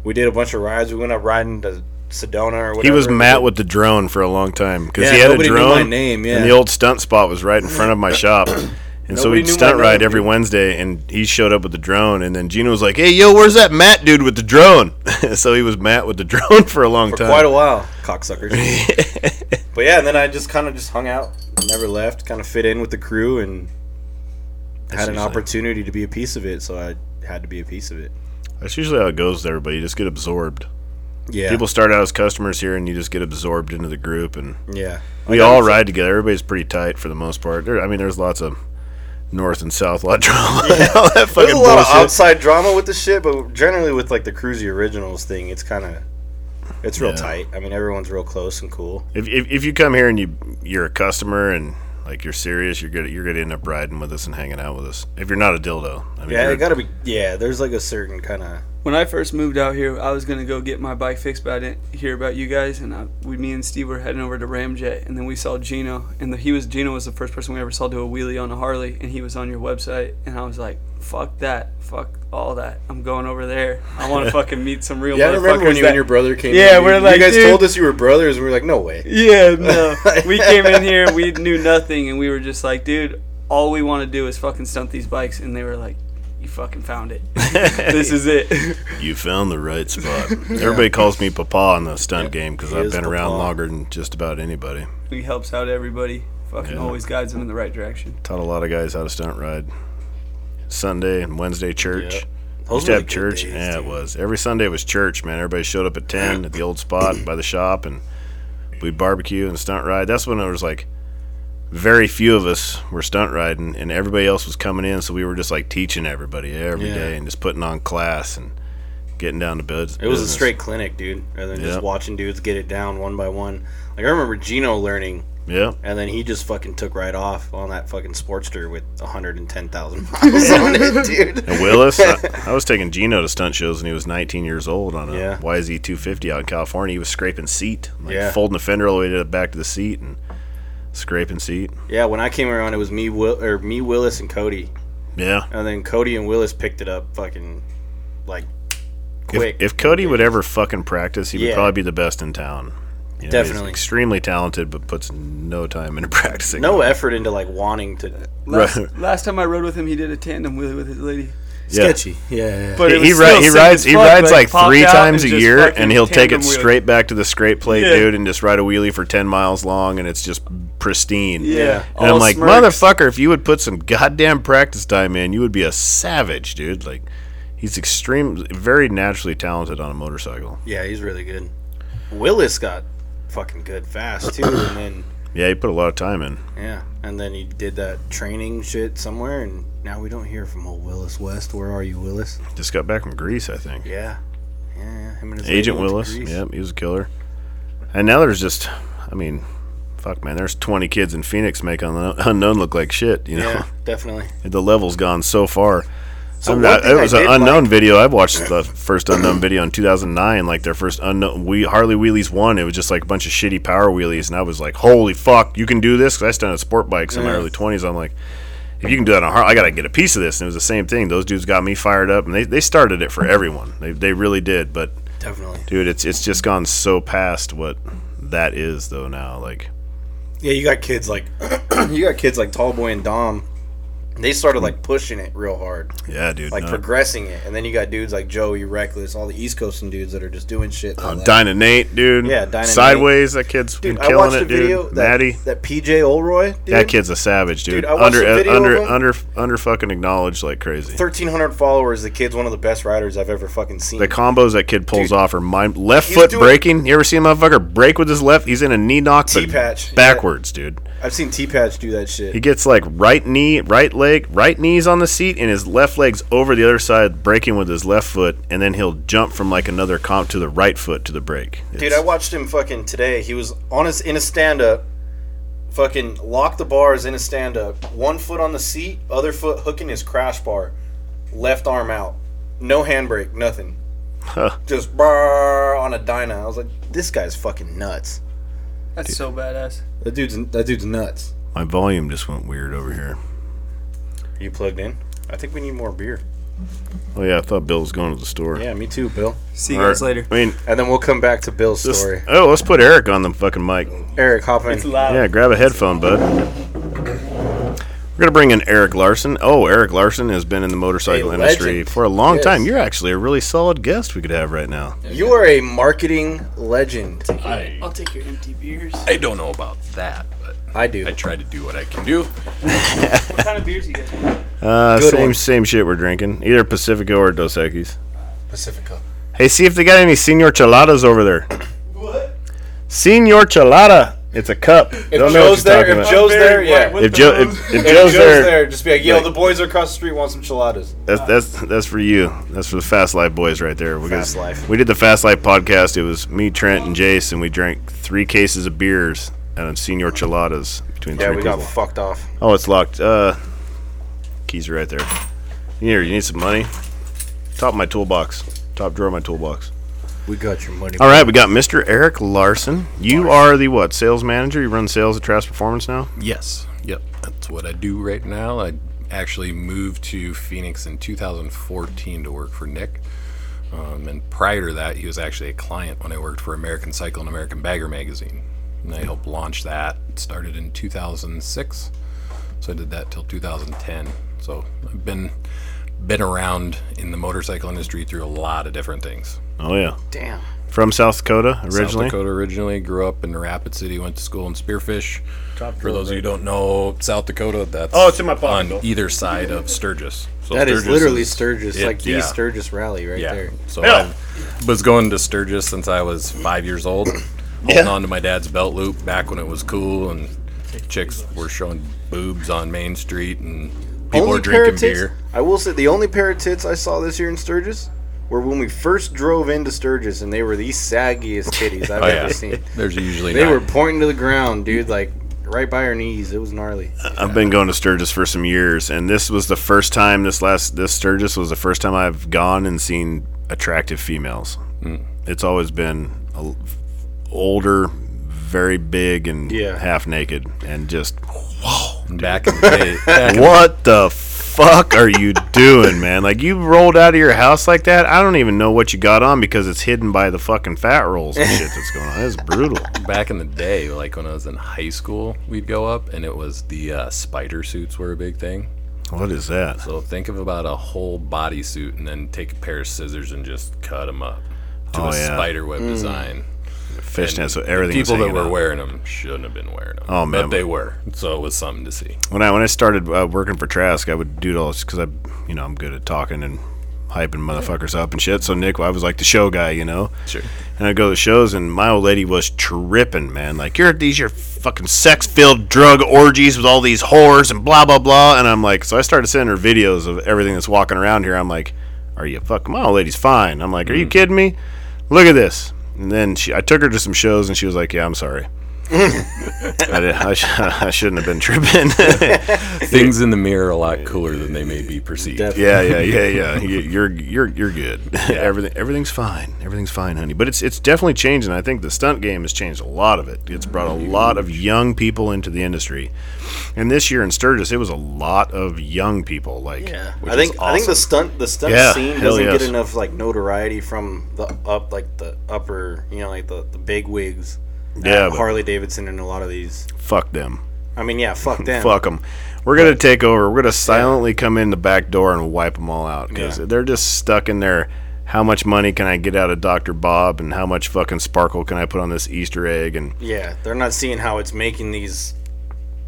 Speaker 2: we did a bunch of rides. We went up riding to Sedona or whatever.
Speaker 1: He was Matt with the drone for a long time because
Speaker 2: Yeah,
Speaker 1: he had a
Speaker 2: nobody knew
Speaker 1: drone.
Speaker 2: my name, yeah.
Speaker 1: And the old stunt spot was right in front of my shop. And so
Speaker 2: Nobody
Speaker 1: we'd
Speaker 2: knew my
Speaker 1: stunt
Speaker 2: name,
Speaker 1: ride every
Speaker 2: dude.
Speaker 1: Wednesday, and he showed up with the drone. And then Gino was like, "Hey, yo, where's that Matt dude with the drone?" so he was Matt with the drone for a long time.
Speaker 2: quite a while, cocksuckers. but yeah, and then I just kind of just hung out, never left, kind of fit in with the crew, and had an
Speaker 1: usually-
Speaker 2: opportunity to be a piece of it, so I had to be a piece of it.
Speaker 1: That's usually how it goes with everybody. You just get absorbed.
Speaker 2: Yeah.
Speaker 1: People start out as customers here, and you just get absorbed into the group, and
Speaker 2: yeah.
Speaker 1: we all ride together. Everybody's pretty tight for the most part. There, I mean, there's lots of north and south lot drama. and all that fucking
Speaker 2: There's a lot
Speaker 1: bullshit.
Speaker 2: of outside drama with the shit, but generally with like the Cruzy Originals thing, it's kind of it's real
Speaker 1: Yeah.
Speaker 2: tight. I mean, everyone's real close and cool.
Speaker 1: if, if, if you come here and you you're a customer and like you're serious, you're gonna you're gonna end up riding with us and hanging out with us. If you're not a dildo, I mean,
Speaker 2: Yeah,
Speaker 1: you're-
Speaker 2: it gotta be. Yeah, there's like a certain kind of
Speaker 4: When I first moved out here, I was gonna go get my bike fixed, but I didn't hear about you guys. And I, we, me and Steve were heading over to Ramjet, and then we saw Gino, and the, he was Gino was the first person we ever saw do a wheelie on a Harley, and he was on your website, and I was like, "Fuck that, fuck all that. I'm going over there. I want to fucking meet some real."
Speaker 3: Yeah, I remember when
Speaker 4: motherfuckers
Speaker 3: you
Speaker 4: that-
Speaker 3: and your brother came.
Speaker 4: Yeah,
Speaker 3: in,
Speaker 4: we're
Speaker 3: you,
Speaker 4: like,
Speaker 3: you guys
Speaker 4: dude.
Speaker 3: told us you were brothers, and we were like, no way.
Speaker 4: Yeah, no. we came in here, we knew nothing, and we were just like, dude, all we want to do is fucking stunt these bikes. And they were like, you fucking found it. this is it.
Speaker 1: You found the right spot. Everybody calls me Papa in the stunt game game because
Speaker 2: He
Speaker 1: I've
Speaker 2: is
Speaker 1: been around
Speaker 2: Papa.
Speaker 1: longer than just about anybody.
Speaker 4: he helps out everybody, fucking
Speaker 1: Yeah.
Speaker 4: always guides them in the right direction.
Speaker 1: Taught a lot of guys how to stunt ride. Sunday and Wednesday church.
Speaker 3: Yep.
Speaker 2: those
Speaker 1: Used to
Speaker 2: were
Speaker 1: have
Speaker 2: the good
Speaker 1: church.
Speaker 2: days,
Speaker 1: yeah,
Speaker 2: dude.
Speaker 1: it was. Every Sunday was church, man. Everybody showed up at 10 at the old spot by the shop and we'd barbecue and stunt ride. That's when it was like very few of us were stunt riding and everybody else was coming in. So we were just like teaching everybody every day
Speaker 3: Yeah.
Speaker 1: and just putting on class and getting down to beds.
Speaker 2: It was a straight clinic, dude. Rather than
Speaker 1: Yep.
Speaker 2: just watching dudes get it down one by one. Like I remember Gino learning,
Speaker 1: Yeah.
Speaker 2: and then he just fucking took right off on that fucking Sportster with 110,000 miles on it, dude.
Speaker 1: Willis. I, I was taking Gino to stunt shows when he was 19 years old on a
Speaker 2: Yeah.
Speaker 1: YZ250 out in California. He was scraping seat, like
Speaker 2: Yeah.
Speaker 1: folding the fender all the way to the back to the seat and scraping seat.
Speaker 2: Yeah, when I came around, it was me, Will, or me, Willis, and Cody,
Speaker 1: Yeah.
Speaker 2: and then Cody and Willis picked it up, fucking, like, quick.
Speaker 1: If, if Cody would ever fucking practice, he would
Speaker 2: Yeah.
Speaker 1: probably be the best in town. You know, he's
Speaker 2: Definitely.
Speaker 1: extremely talented, but puts no time into practicing.
Speaker 2: no effort into like wanting to.
Speaker 4: Last,
Speaker 1: Right.
Speaker 4: last time I rode with him, he did a tandem wheelie with his lady.
Speaker 1: Yeah.
Speaker 3: Sketchy. Yeah, yeah, yeah.
Speaker 4: But
Speaker 1: He,
Speaker 4: it
Speaker 1: he,
Speaker 4: was
Speaker 1: ri-
Speaker 4: still
Speaker 1: he
Speaker 4: sick
Speaker 1: rides
Speaker 4: as
Speaker 1: he
Speaker 4: fuck,
Speaker 1: rides
Speaker 4: but
Speaker 1: like
Speaker 4: popped
Speaker 1: three
Speaker 4: out
Speaker 1: times a
Speaker 4: and just
Speaker 1: year,
Speaker 4: fucking
Speaker 1: and he'll take it
Speaker 4: tandem wheeled.
Speaker 1: straight back to the straight plate,
Speaker 4: Yeah.
Speaker 1: dude, and just ride a wheelie for ten miles long, and it's just pristine.
Speaker 4: Yeah.
Speaker 1: and
Speaker 4: All
Speaker 1: I'm like,
Speaker 4: smirks.
Speaker 1: motherfucker, if you would put some goddamn practice time in, you would be a savage, dude. Like, he's extreme, very naturally talented on a motorcycle.
Speaker 2: Yeah, he's really good. Willis got fucking good fast too, and then
Speaker 1: Yeah, he put a lot of time in.
Speaker 2: yeah, and then he did that training shit somewhere, and now we don't hear from old Willis West. Where are you, Willis?
Speaker 1: Just got back from Greece, I think.
Speaker 2: Yeah, yeah. yeah, Him and his
Speaker 1: Agent
Speaker 2: lady went
Speaker 1: Willis.
Speaker 2: to Greece.
Speaker 1: Yep, he was a killer. And now there's just, I mean, fuck, man, there's 20 kids in Phoenix make Unknown Unknown look like shit. You know,
Speaker 2: Yeah, definitely.
Speaker 1: the level's gone so far.
Speaker 2: So
Speaker 1: I'm
Speaker 2: one
Speaker 1: not-
Speaker 2: thing
Speaker 1: it
Speaker 2: I
Speaker 1: was an
Speaker 2: did
Speaker 1: unknown video. I watched the first unknown video in 2009, like their first unknown we Harley wheelies one. It was just like a bunch of shitty power wheelies, and I was like, "Holy fuck, you can do this!" Because I stunned at sport bikes in my
Speaker 2: Yeah.
Speaker 1: early 20s. I'm like, "If you can do that on a Harley, I gotta get a piece of this." And it was the same thing. Those dudes got me fired up, and they, they started it for everyone. They they really did. But
Speaker 2: Definitely.
Speaker 1: dude it's it's just gone so past what that is though now like
Speaker 2: Yeah, you got kids like you got kids like Tallboy and Dom. They started like pushing it real hard,
Speaker 1: yeah dude
Speaker 2: like
Speaker 1: no.
Speaker 2: progressing it, and then you got dudes like Joey Reckless, all the East Coasting dudes that are just doing shit.
Speaker 1: Oh,
Speaker 2: like-
Speaker 1: Dinah Nate, dude.
Speaker 2: Yeah, Dinah
Speaker 1: Sideways, that kid's
Speaker 2: dude,
Speaker 1: been
Speaker 2: I
Speaker 1: killing
Speaker 2: watched
Speaker 1: it,
Speaker 2: a
Speaker 1: dude.
Speaker 2: video that
Speaker 1: Maddie,
Speaker 2: that PJ Olroy, dude,
Speaker 1: that kid's a savage, dude.
Speaker 2: Dude, I watched
Speaker 1: under,
Speaker 2: a video
Speaker 1: under,
Speaker 2: of him.
Speaker 1: under, under, fucking acknowledged like crazy.
Speaker 2: thirteen hundred followers. The kid's one of the best riders I've ever fucking seen.
Speaker 1: The combos that kid pulls
Speaker 2: Dude.
Speaker 1: off are mind. Left
Speaker 2: He's
Speaker 1: foot
Speaker 2: doing-
Speaker 1: breaking. You ever see a motherfucker break with his left? He's in a knee knock, but
Speaker 2: T-patch, yeah.
Speaker 1: backwards, dude.
Speaker 2: I've seen T Patch do that shit.
Speaker 1: He gets like right knee, right leg, right knees on the seat, and his left leg's over the other side, breaking with his left foot, and then he'll jump from like another comp to the right foot to the break.
Speaker 2: Dude, I watched him fucking today. He was on his in a stand up, fucking locked the bars in a stand up, one foot on the seat, other foot hooking his crash bar, left arm out, no handbrake, nothing.
Speaker 1: Huh.
Speaker 2: Just brrr on a dyna. I was like, this guy's fucking nuts.
Speaker 4: That's so badass.
Speaker 3: that dude's that dude's nuts.
Speaker 1: my volume just went weird over here.
Speaker 2: Are you plugged in? I think we need more beer.
Speaker 1: Oh yeah, I thought Bill was going to the store.
Speaker 2: Yeah, me too, Bill.
Speaker 4: See you
Speaker 1: Or-
Speaker 4: guys later.
Speaker 1: I mean,
Speaker 2: And then we'll come back to Bill's
Speaker 1: this-
Speaker 2: story.
Speaker 1: oh, let's put Eric on the fucking mic.
Speaker 2: Eric, hop in.
Speaker 4: It's loud.
Speaker 1: Yeah, grab a headphone, bud. We're gonna bring in Eric Larson. Oh, Eric Larson has been in the motorcycle
Speaker 2: A
Speaker 1: industry
Speaker 2: legend.
Speaker 1: for a long
Speaker 2: Yes.
Speaker 1: time. You're actually a really solid guest we could have right now.
Speaker 2: You are a marketing legend.
Speaker 5: I,
Speaker 4: I'll take your empty beers.
Speaker 5: I don't know about that, but
Speaker 2: I do.
Speaker 5: I try to do what I can do.
Speaker 4: What kind of beers you guys
Speaker 1: Uh,
Speaker 2: Good
Speaker 1: same
Speaker 2: one.
Speaker 1: same shit we're drinking, either Pacifico or Dos Equis.
Speaker 5: Pacifica.
Speaker 1: Hey, see if they got any Senor Cheladas over there. What? Senor Chelada. It's a cup. Don't know what
Speaker 2: Joe's
Speaker 1: you're
Speaker 2: there,
Speaker 1: talking
Speaker 2: if
Speaker 1: about.
Speaker 2: Joe's there,
Speaker 4: Very white
Speaker 2: yeah.
Speaker 4: with
Speaker 1: if
Speaker 4: the
Speaker 1: Joe,
Speaker 3: Um,
Speaker 4: nose.
Speaker 1: if, if Joe's there,
Speaker 2: just be like,
Speaker 3: Yo, the boys across the street want some chiladas.
Speaker 1: that's that's that's for you. That's for the Fast Life boys right there. Because
Speaker 2: Fast Life.
Speaker 1: We did the Fast Life podcast. It was me, Trent, and Jace, and we drank three cases of beers and Senor Cheladas between
Speaker 2: Yeah,
Speaker 1: three
Speaker 2: we
Speaker 1: people.
Speaker 2: got fucked off.
Speaker 1: Oh, it's locked. Uh, keys are right there. Here, you need some money. Top of my toolbox. Top drawer of my toolbox.
Speaker 3: We got your money.
Speaker 1: All right, we got Mr. Eric Larson. You are the what? Sales manager. You run sales at Trash Performance now.
Speaker 5: Yes. Yep. That's what I do right now. I actually moved to Phoenix in 2014 to work for Nick. Um, and prior to that, he was actually a client when I worked for American Cycle and American Bagger magazine. And I helped launch that. It started in 2006. So I did that till 2010. So I've been been around in the motorcycle industry through a lot of different things.
Speaker 1: Oh yeah,
Speaker 2: Damn.
Speaker 1: from South Dakota originally.
Speaker 5: South Dakota originally. Grew up in Rapid City. Went to school in Spearfish. For those of you who don't know, South Dakota. That's
Speaker 1: Oh, it's in my pocket.
Speaker 5: on either side of Sturgis. So
Speaker 3: That is
Speaker 5: Sturgis
Speaker 3: literally Sturgis,
Speaker 5: it-
Speaker 3: like the
Speaker 5: yeah.
Speaker 3: Sturgis rally right
Speaker 5: yeah.
Speaker 3: there.
Speaker 5: So
Speaker 1: Yeah.
Speaker 5: I was going to Sturgis since I was five years old, holding on to my dad's belt loop back when it was cool, and chicks were showing boobs on Main Street, and people were
Speaker 2: pair of
Speaker 5: drinking
Speaker 2: tits-
Speaker 5: beer.
Speaker 2: I will say the only pair of tits I saw this year in Sturgis were when we first drove into Sturgis, and they were the saggiest titties I've
Speaker 5: Oh
Speaker 2: ever
Speaker 5: yeah,
Speaker 2: seen.
Speaker 5: there's usually
Speaker 2: They
Speaker 5: not-
Speaker 2: were pointing to the ground, dude, like right by our knees. It was gnarly.
Speaker 1: I've been going to Sturgis for some years, and this was the first time. This last this Sturgis was the first time I've gone and seen attractive females.
Speaker 5: Hmm.
Speaker 1: It's always been a, older, very big, and
Speaker 2: Yeah.
Speaker 1: half naked, and just
Speaker 5: back in the day. back in-
Speaker 1: what the fuck are you doing, man? Like you rolled out of your house like that? I don't even know what you got on because it's hidden by the fucking fat rolls and shit that's going on. That's brutal.
Speaker 5: back in the day, like when I was in high school, we'd go up and it was the uh, spider suits were a big thing.
Speaker 1: What is that?
Speaker 5: So think of about a whole body suit and then take a pair of scissors and just cut them up to
Speaker 1: Oh,
Speaker 5: a
Speaker 1: yeah.
Speaker 5: spider web design.
Speaker 1: Fishnets, so
Speaker 5: the
Speaker 1: everything. was
Speaker 5: people that
Speaker 1: hanging
Speaker 5: were
Speaker 1: out.
Speaker 5: wearing them shouldn't have been wearing them.
Speaker 1: Oh, man.
Speaker 5: but they were. So it was something to see.
Speaker 1: when I when I started uh, working for Trask, I would do all this because I, you know, I'm good at talking and hyping motherfuckers up and shit. So Nick, I was like the show guy, you know.
Speaker 5: Sure.
Speaker 1: And I'd go to shows, and my old lady was tripping, man. Like you're at these your fucking sex filled drug orgies with all these whores and blah blah blah. And I'm like, so I started sending her videos of everything that's walking around here. I'm like, are you fuck? My old lady's fine. I'm like, are you kidding me? Look at this. And then she, I took her to some shows, and she was like, yeah, I'm sorry. I, did, I, sh- I shouldn't have been tripping.
Speaker 5: Things in the mirror are a lot cooler than they may be perceived.
Speaker 3: Definitely.
Speaker 1: Yeah, yeah, yeah, yeah. You- You're you're you're good. Everything everything's fine. Everything's fine, honey. But it's it's definitely changing. I think the stunt game has changed a lot of it. It's brought a lot of young people into the industry. And this year in Sturgis, it was a lot of young people. Like,
Speaker 2: I think I think the stunt the stunt
Speaker 1: Yeah,
Speaker 2: scene
Speaker 1: hell
Speaker 2: doesn't
Speaker 1: yes.
Speaker 2: get enough like notoriety from the up like the upper you know like the the big wigs. at
Speaker 1: Yeah, but-
Speaker 2: Harley Davidson and a lot of these.
Speaker 1: fuck them.
Speaker 2: I mean, yeah, fuck them.
Speaker 1: Fuck them. We're gonna take over. We're gonna silently come in the back door and wipe them all out because
Speaker 2: Yeah.
Speaker 1: they're just stuck in there. How much money can I get out of Doctor Bob, and how much fucking sparkle can I put on this Easter egg? And
Speaker 2: Yeah, they're not seeing how it's making these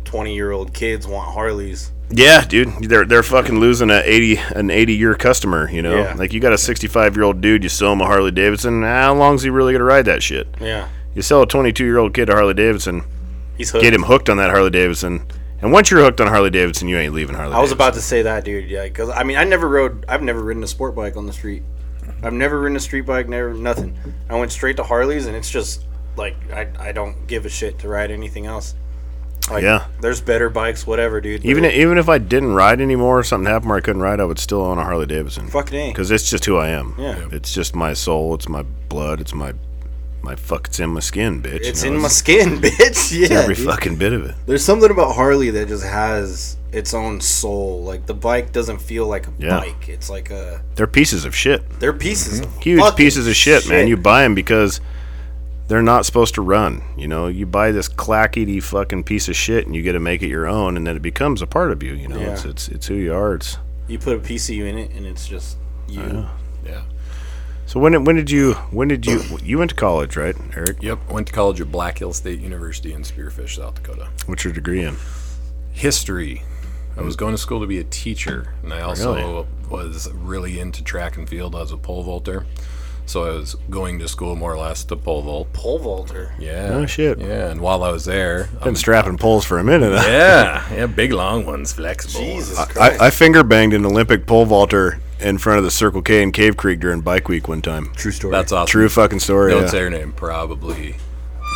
Speaker 2: twenty-year-old kids want Harleys.
Speaker 1: Yeah, dude, they're they're fucking losing a eighty an eighty year customer. You know,
Speaker 2: Yeah.
Speaker 1: like you got a sixty five year old dude, you sell him a Harley Davidson. How long's he really gonna ride that shit?
Speaker 2: Yeah,
Speaker 1: You sell a twenty two year old kid a Harley Davidson,
Speaker 2: he's hooked.
Speaker 1: get him hooked on that Harley Davidson, and once you're hooked on Harley Davidson, you ain't leaving Harley.
Speaker 2: I was about to say that, dude. Yeah, because I mean, I never rode. I've never ridden a sport bike on the street. I've never ridden a street bike. Never nothing. I went straight to Harleys, and it's just like I, I don't give a shit to ride anything else. Like,
Speaker 1: Yeah.
Speaker 2: there's better bikes, whatever, dude.
Speaker 1: even
Speaker 2: but
Speaker 1: even if I didn't ride anymore, or something happened where I couldn't ride, I would still own a Harley Davidson
Speaker 2: fucking a.
Speaker 1: because it's just who I am.
Speaker 2: Yeah. Yeah.
Speaker 1: it's just my soul. It's my blood. It's my my fuck. It's in my skin, bitch.
Speaker 2: It's
Speaker 1: you know,
Speaker 2: in my skin, bitch. Yeah,
Speaker 1: every
Speaker 2: dude.
Speaker 1: fucking bit of it.
Speaker 2: There's something about Harley that just has its own soul. Like the bike doesn't feel like a
Speaker 1: Yeah.
Speaker 2: bike. It's like a
Speaker 1: They're pieces of shit.
Speaker 2: they're pieces. of
Speaker 1: huge
Speaker 2: fucking
Speaker 1: pieces of shit, man. You buy them because they're not supposed to run. You know, you buy this clackety fucking piece of shit, and you get to make it your own, and then it becomes a part of you. You know, it's,
Speaker 2: Yeah.
Speaker 1: it's it's who you are. It's
Speaker 2: you put a piece of you in it, and it's just you.
Speaker 1: Oh,
Speaker 5: Yeah.
Speaker 1: so when did- when did you when did you you went to college, right, Eric?
Speaker 5: Yep. Went to college at Black Hill State University in Spearfish, South Dakota.
Speaker 1: What's your degree in?
Speaker 5: history. I was going to school to be a teacher, and I also
Speaker 1: Really?
Speaker 5: was really into track and field. I was a pole vaulter, So I was going to school more or less to pole vault.
Speaker 3: Pole vaulter.
Speaker 5: Yeah.
Speaker 1: Oh, shit.
Speaker 5: Yeah, and while I was there,
Speaker 1: Been strapping poles for a minute.
Speaker 5: yeah, yeah, big long ones, flexible. Uh,
Speaker 3: Jesus Christ.
Speaker 1: I, I finger banged an Olympic pole vaulter in front of the Circle K in Cave Creek during Bike Week one time.
Speaker 3: True story.
Speaker 5: That's awesome.
Speaker 1: True fucking story.
Speaker 5: Don't
Speaker 1: yeah.
Speaker 5: say her name, probably.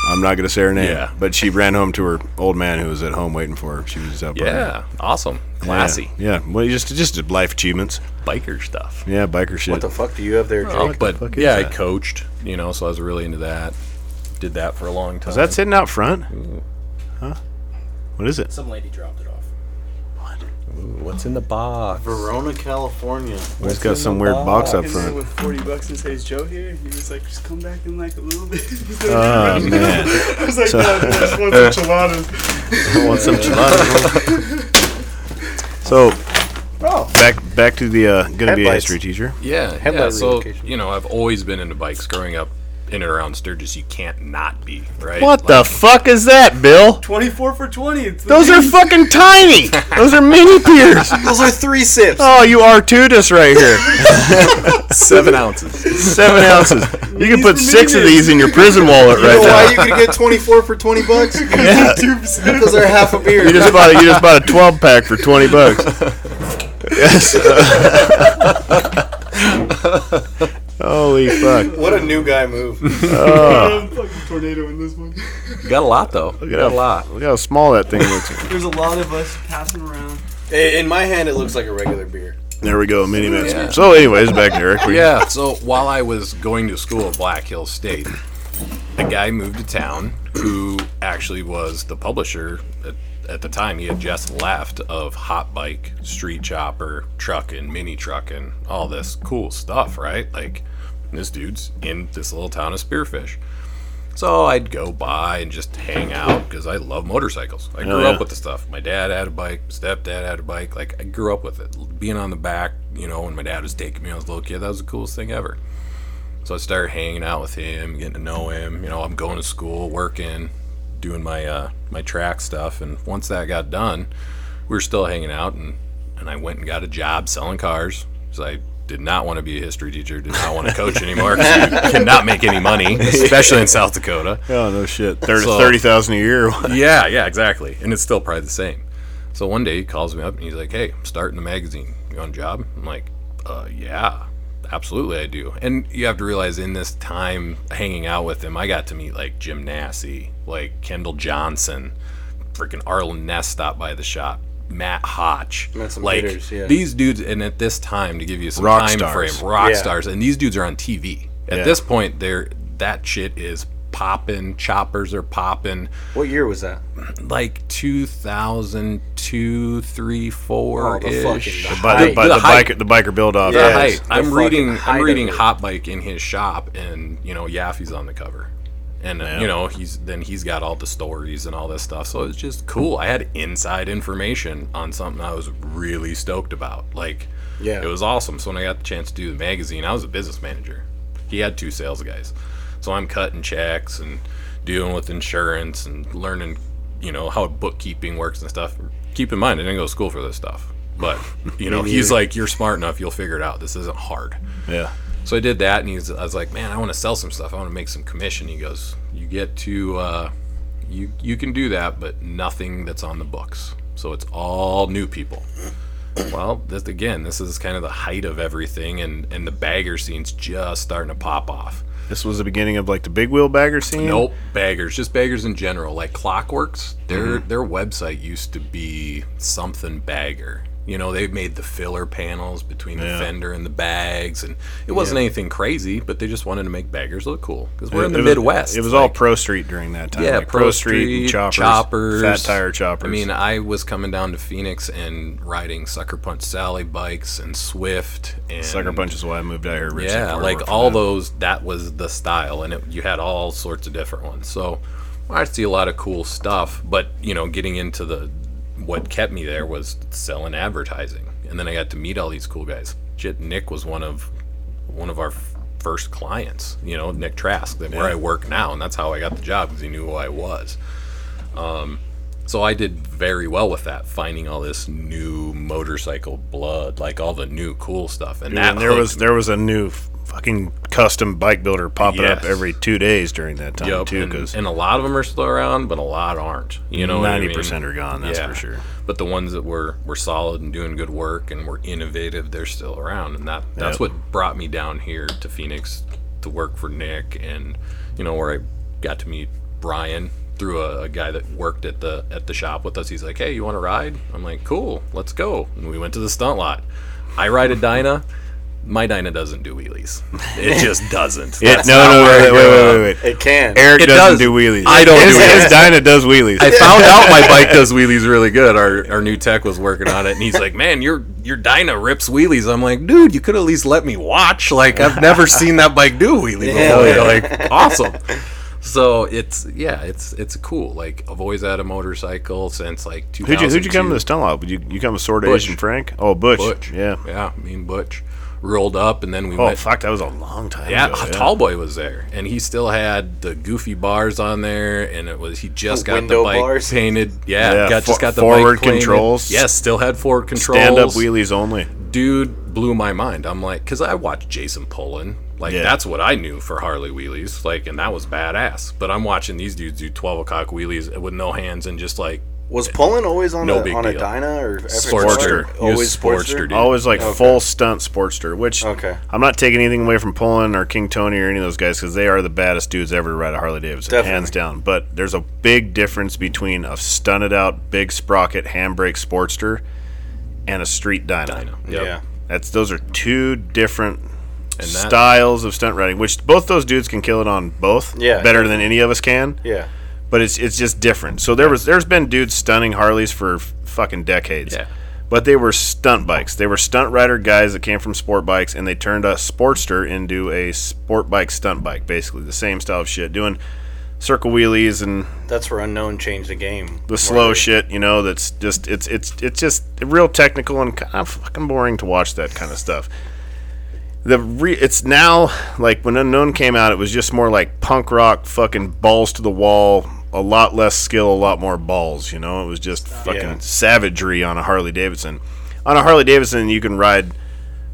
Speaker 1: I'm not gonna say her name.
Speaker 5: Yeah.
Speaker 1: But she ran home to her old man who was at home waiting for her. She was up.
Speaker 5: Yeah, awesome, classy,
Speaker 1: Yeah. Well, you just just did life achievements.
Speaker 5: biker stuff.
Speaker 1: Yeah, biker shit.
Speaker 3: what the fuck do you have there, Jake?
Speaker 5: Oh,
Speaker 1: fuck
Speaker 5: but
Speaker 1: is
Speaker 5: yeah, I
Speaker 1: that?
Speaker 5: coached, you know, so I was really into that. Did that for a long time.
Speaker 1: is that sitting out front? Huh? What is it?
Speaker 6: Some lady dropped it off.
Speaker 5: What's in the box?
Speaker 2: Verona, California.
Speaker 1: We just got some weird box up
Speaker 4: And then
Speaker 1: front.
Speaker 4: with 40 bucks and says Joe here, he was like, just come back in like a little bit. He's like,
Speaker 1: Oh man.
Speaker 4: I was like, no, I just want some enchiladas.
Speaker 1: want some so, back back to the uh, gonna be a
Speaker 2: Oh. Headlights.
Speaker 1: history teacher.
Speaker 5: Yeah, yeah.
Speaker 3: Headlight
Speaker 5: So
Speaker 3: relocation.
Speaker 5: you know, I've always been into bikes growing up in and around Sturgis. You can't not be, right?
Speaker 1: What the fuck is that, Bill?
Speaker 4: 24 for 20. It's the
Speaker 1: Those are fucking tiny. Those are mini beers.
Speaker 2: Those are three sips.
Speaker 1: Oh, you are this right here.
Speaker 5: seven ounces?
Speaker 1: Seven ounces. You can put
Speaker 4: for
Speaker 1: six of
Speaker 4: minions.
Speaker 1: these in your prison wallet
Speaker 2: You
Speaker 1: right
Speaker 2: know why you
Speaker 1: now.
Speaker 2: could get 24 for 20 bucks?
Speaker 4: tubes.
Speaker 2: Because they're half a beer.
Speaker 1: You just bought a, you just bought a twelve pack for twenty bucks. Yes. Holy fuck!
Speaker 2: What a new guy move.
Speaker 4: I'm fucking tornado in this one.
Speaker 5: Got a lot though. Got a lot.
Speaker 1: Look how small that thing looks.
Speaker 4: There's a lot of us passing around.
Speaker 2: In in my hand, it looks like a regular beer.
Speaker 1: There we go, mini mints.
Speaker 5: Yeah.
Speaker 1: So, anyways, back to Eric. We-
Speaker 5: Yeah. So while I was going to school at Black Hills State, a guy moved to town who actually was the publisher at, at the time. He had just left of Hot Bike, Street Chopper, Truck and Mini Truck, and all this cool stuff, right? Like this dude's in this little town of Spearfish. So I'd go by and just hang out because I love motorcycles. I grew
Speaker 1: yeah.
Speaker 5: up with the stuff. My dad had a bike, stepdad had a bike. Like I grew up with it. Being on the back, you know, when my dad was taking me, I was a little kid. That was the coolest thing ever. So I started hanging out with him, getting to know him. You know, I'm going to school, working, doing my uh, my track stuff. And once that got done, we were still hanging out, and and I went and got a job selling cars. So I did not want to be a history teacher, did not want to coach anymore 'cause you cannot make any money, especially in South Dakota.
Speaker 1: Oh no shit. Thirty
Speaker 5: So-
Speaker 1: thirty thousand a year. What?
Speaker 5: Yeah, yeah, exactly. And it's still probably the same. So one day he calls me up and he's like, "Hey, I'm starting a magazine. You on a job?" I'm like, "Uh, yeah, absolutely, I do." And you have to realize in this time hanging out with him, I got to meet like Jim Nassy, like Kendall Johnson, freaking Arlen Ness stopped by the shop. Matt Hotch,
Speaker 2: Met some
Speaker 5: like
Speaker 2: hitters, yeah.
Speaker 5: these dudes, and at this time to give you some
Speaker 1: Rock
Speaker 5: time
Speaker 1: stars.
Speaker 5: frame, rock
Speaker 2: Yeah.
Speaker 5: stars, and these dudes are on TV. At
Speaker 1: Yeah.
Speaker 5: this point, they're that shit is popping, choppers are popping
Speaker 3: What year was that?
Speaker 5: like 2002, 3, 4
Speaker 3: Oh, the fucking the
Speaker 1: By the,
Speaker 3: height.
Speaker 1: by
Speaker 5: The
Speaker 1: the,
Speaker 5: height.
Speaker 1: biker, the biker build off.
Speaker 5: the
Speaker 2: Yeah.
Speaker 5: height.
Speaker 3: the
Speaker 5: I'm
Speaker 3: fucking
Speaker 5: reading
Speaker 3: height
Speaker 5: I'm
Speaker 3: of
Speaker 5: reading
Speaker 3: it.
Speaker 5: Hot Bike in his shop and you know Yaffe's on the cover. And uh, you know, he's then he's got all the stories and all this stuff. So it's just cool. I had inside information on something I was really stoked about. Like
Speaker 3: Yeah.
Speaker 5: it was awesome. So when I got the chance to do the magazine, I was a business manager. He had two sales guys. So I'm cutting checks and dealing with insurance and learning, you know, how bookkeeping works and stuff. Keep in mind, I didn't go to school for this stuff. But, you know, he's like, you're smart enough, you'll figure it out. This isn't hard.
Speaker 1: Yeah.
Speaker 5: So I did that, and he's, I was like, man, I want to sell some stuff. I want to make some commission. He goes, you get to, uh, you you can do that, but nothing that's on the books. So it's all new people. Well, this, again, this is kind of the height of everything, and and the bagger scene's just starting to pop off.
Speaker 1: This was the beginning of like the big wheel bagger scene.
Speaker 5: Nope, baggers, just baggers in general. Like Clockworks, their
Speaker 1: Mm-hmm.
Speaker 5: their website used to be something bagger. You know, they made the filler panels between the
Speaker 1: Yeah.
Speaker 5: fender and the bags, and it wasn't anything crazy, but they just wanted to make baggers look cool because we're in the
Speaker 1: It was-
Speaker 5: Midwest.
Speaker 1: It was all
Speaker 5: like-
Speaker 1: pro street during that time.
Speaker 5: yeah,
Speaker 1: like pro, street, and choppers, fat tire choppers.
Speaker 5: I mean, I was coming down to Phoenix and riding Sucker Punch Sally bikes and Swift and
Speaker 1: sucker punch is why I moved out here. Rich
Speaker 5: yeah,
Speaker 1: Hardcore
Speaker 5: like
Speaker 1: for
Speaker 5: all
Speaker 1: that.
Speaker 5: those. That was the style, and it, you had all sorts of different ones. So I see a lot of cool stuff, but you know, getting into the what kept me there was selling advertising, and then I got to meet all these cool guys. Shit, Nick was one of one of our f- first clients. You know, Nick Trask, that where I work now, and that's how I got the job because he knew who I was. Um, So I did very well with that, finding all this new motorcycle blood, like all the new cool stuff, and
Speaker 1: Dude,
Speaker 5: that
Speaker 1: and there
Speaker 5: hooked
Speaker 1: was there was a new f- fucking custom bike builder popping up
Speaker 5: Yes.
Speaker 1: every two days during that time
Speaker 5: Yup,
Speaker 1: too,
Speaker 5: and,
Speaker 1: because
Speaker 5: and a lot of them are still around, but a lot aren't. You know, what I
Speaker 1: ninety
Speaker 5: mean?
Speaker 1: percent are gone. That's
Speaker 5: Yeah.
Speaker 1: for sure.
Speaker 5: But the ones that were were solid and doing good work and were innovative, they're still around, and that that's
Speaker 1: Yep.
Speaker 5: what brought me down here to Phoenix to work for Nick, and you know where I got to meet Brian through a, a guy that worked at the at the shop with us. He's like, "Hey, you want to ride?" I'm like, "Cool, let's go." And we went to the stunt lot. I ride a Dyna. My Dyna doesn't do wheelies. It just doesn't.
Speaker 1: Yeah,
Speaker 5: That's
Speaker 1: no,
Speaker 5: not
Speaker 1: no,
Speaker 5: where
Speaker 1: wait,
Speaker 5: I
Speaker 1: wait,
Speaker 5: grew
Speaker 1: wait,
Speaker 5: up.
Speaker 1: wait, wait,
Speaker 2: It can.
Speaker 1: Eric
Speaker 5: It
Speaker 1: doesn't
Speaker 5: does.
Speaker 1: do wheelies.
Speaker 5: I don't
Speaker 1: His,
Speaker 5: do
Speaker 1: his
Speaker 5: wheelies.
Speaker 1: Dinah does wheelies.
Speaker 5: I found out my bike does wheelies really good. Our our new tech was working on it, and he's like, "Man, your your Dyna rips wheelies." I'm like, "Dude, you could at least let me watch. Like, I've never seen that bike do a wheelie before. Like, awesome." So it's yeah, it's it's cool. Like I've always had a motorcycle since like 2002.
Speaker 1: Who'd you, who'd you come to the stunt lot? with? You you come with sort of
Speaker 5: Butch.
Speaker 1: Asian Frank? Oh, Butch.
Speaker 5: Butch.
Speaker 1: Yeah.
Speaker 5: Yeah, me and Butch rolled up, and then we
Speaker 1: Oh
Speaker 5: went
Speaker 1: fuck, that was a long time.
Speaker 5: Yeah,
Speaker 1: ago,
Speaker 5: Tallboy Tall Boy was there, and he still had the goofy bars on there, and it was he just got the
Speaker 2: window
Speaker 5: bike
Speaker 2: bars?
Speaker 5: painted. Yeah,
Speaker 1: Yeah,
Speaker 5: got, just
Speaker 1: for-
Speaker 5: got the
Speaker 1: forward
Speaker 5: bike painted.
Speaker 1: controls.
Speaker 5: Yes, still had forward controls.
Speaker 1: Stand up wheelies only.
Speaker 5: Dude blew my mind. I'm like, because I watched Jason Pullen, like
Speaker 1: Yeah.
Speaker 5: that's what I knew for Harley wheelies, like, and that was badass. But I'm watching these dudes do 12 o'clock wheelies with no hands and just like
Speaker 3: Was Pullen always on
Speaker 5: No
Speaker 3: a
Speaker 5: big
Speaker 3: on a
Speaker 5: deal.
Speaker 3: Dyna or
Speaker 5: Sportster. He was
Speaker 3: Always
Speaker 5: Sportster,
Speaker 3: Sportster.
Speaker 5: dude.
Speaker 1: Always like full stunt sportster, which
Speaker 3: Okay.
Speaker 1: I'm not taking anything away from Poland or King Tony or any of those guys because they are the baddest dudes ever to ride a Harley Davidson,
Speaker 3: Definitely.
Speaker 1: hands down. But there's a big difference between a stunted out big sprocket handbrake sportster and a street dyno.
Speaker 5: I know.
Speaker 3: Yeah.
Speaker 1: That's those are two different
Speaker 5: And that-
Speaker 1: styles of stunt riding, which both those dudes can kill it on both.
Speaker 3: Yeah,
Speaker 1: better than any of us can.
Speaker 3: Yeah.
Speaker 1: but it's it's just different. So there was there's been dudes stunning Harleys for f- fucking decades.
Speaker 5: Yeah.
Speaker 1: But they were stunt bikes. They were stunt rider guys that came from sport bikes, and they turned a Sportster into a sport bike stunt bike, basically the same style of shit, doing circle wheelies and
Speaker 2: That's where Unknown changed the game.
Speaker 1: the slow shit. You know, that's just it's it's it's just real technical and kind of fucking boring to watch that kind of stuff. The re- it's now like when Unknown came out, it was just more like punk rock, fucking balls to the wall, a lot less skill, a lot more balls. You know, it was just fucking savagery on a Harley Davidson. On a Harley Davidson, you can ride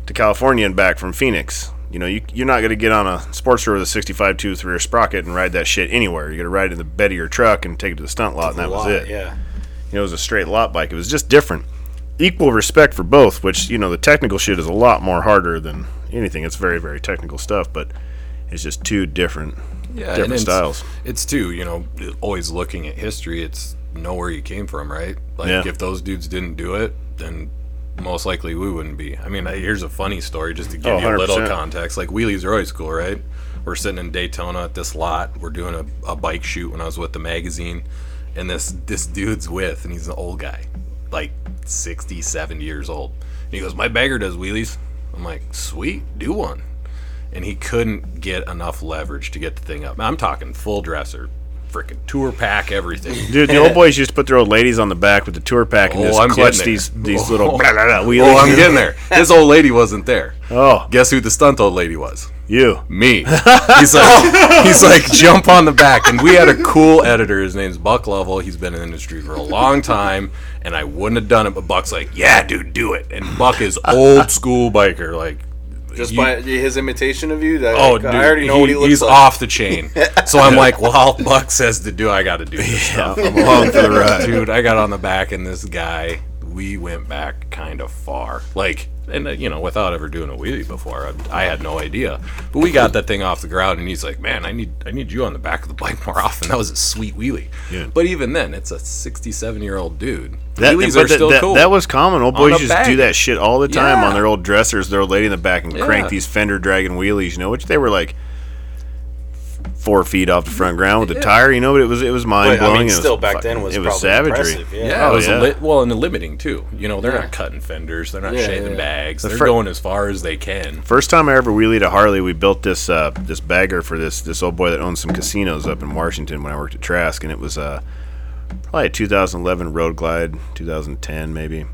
Speaker 1: to California and back from Phoenix. You know, you, you're not going to get on a sports tour with a 65 tooth rear sprocket and ride that shit anywhere. You're going to ride it in the bed of your truck and take it to the stunt lot, and that was it
Speaker 3: Yeah.
Speaker 1: you know, it was a straight lot bike. It was just different. Equal respect for both, which, you know, the technical shit is a lot more harder than anything. It's very, very technical stuff, but it's just two different
Speaker 5: yeah,
Speaker 1: different
Speaker 5: and it's,
Speaker 1: styles.
Speaker 5: It's too, you know, always looking at history. It's know where you came from, right? Like
Speaker 1: Yeah.
Speaker 5: if those dudes didn't do it, then most likely we wouldn't be. I mean, I- here's a funny story just to give
Speaker 1: Oh,
Speaker 5: you a little
Speaker 1: 100%.
Speaker 5: context. Like wheelies are always cool, right? We're sitting in Daytona at this lot. We're doing a, a bike shoot when I was with the magazine, and this this dude's with, and he's an old guy, like 60, 70 years old. And he goes, "My bagger does wheelies." I'm like, "Sweet, do one." and he couldn't get enough leverage to get the thing up. I'm talking full dresser, freaking tour pack, everything.
Speaker 1: Dude, the old boys used to put their old ladies on the back with the tour pack and
Speaker 5: Oh,
Speaker 1: just
Speaker 5: I'm
Speaker 1: clutch
Speaker 5: getting there.
Speaker 1: these, these
Speaker 5: Oh.
Speaker 1: little blah, blah, blah wheelies.
Speaker 5: oh, I'm getting there. This old lady wasn't there.
Speaker 1: Oh,
Speaker 5: Guess who the stunt old lady was?
Speaker 1: you.
Speaker 5: me. He's like, he's like, jump on the back. And we had a cool editor. His name's Buck Lovell. He's been in the industry for a long time, and I wouldn't have done it. But Buck's like, yeah, dude, do it. And Buck is old school biker, like.
Speaker 2: Just
Speaker 5: you-
Speaker 2: by his imitation of you, that,
Speaker 5: Oh,
Speaker 2: like,
Speaker 5: dude,
Speaker 2: I already know
Speaker 5: he-
Speaker 2: what he looks
Speaker 5: he's
Speaker 2: like.
Speaker 5: off the chain. So I'm like, well, Buck says to do, I got to do this stuff. I'm along for the ride, dude. I got on the back, and this guy, we went back kind of far, like, and uh, you know, without ever doing a wheelie before, I, I had no idea. But we got that thing off the ground, and he's like, man, I need, I need you on the back of the bike more often. That was a sweet wheelie.
Speaker 1: Yeah.
Speaker 5: But even then, it's a 67 year old dude.
Speaker 1: That,
Speaker 5: Wheelies
Speaker 1: but
Speaker 5: are still
Speaker 1: that,
Speaker 5: cool.
Speaker 1: that was common. Old
Speaker 5: On
Speaker 1: boys
Speaker 5: a
Speaker 1: used to do
Speaker 5: bag.
Speaker 1: that shit all the time
Speaker 5: Yeah.
Speaker 1: on their old dressers, their old lady in the back, and crank
Speaker 5: Yeah.
Speaker 1: these fender dragon wheelies, you know, which they were like four feet off the front ground with the tire, you know, but it was it was mind
Speaker 2: But,
Speaker 1: blowing.
Speaker 2: I mean, still back then was
Speaker 1: it
Speaker 2: probably
Speaker 1: was savagery.
Speaker 2: impressive, Yeah.
Speaker 5: Yeah,
Speaker 1: Oh,
Speaker 5: it was
Speaker 1: yeah.
Speaker 5: A li- well, and the limiting too. You know, they're not cutting fenders, they're not shaving bags. they're
Speaker 1: fir-
Speaker 5: going as far as they can.
Speaker 1: First time I ever wheelied a Harley, we built this uh, this bagger for this this old boy that owns some casinos up in Washington when I worked at Trask, and it was uh, probably a 2011 Road Glide, 2010 maybe,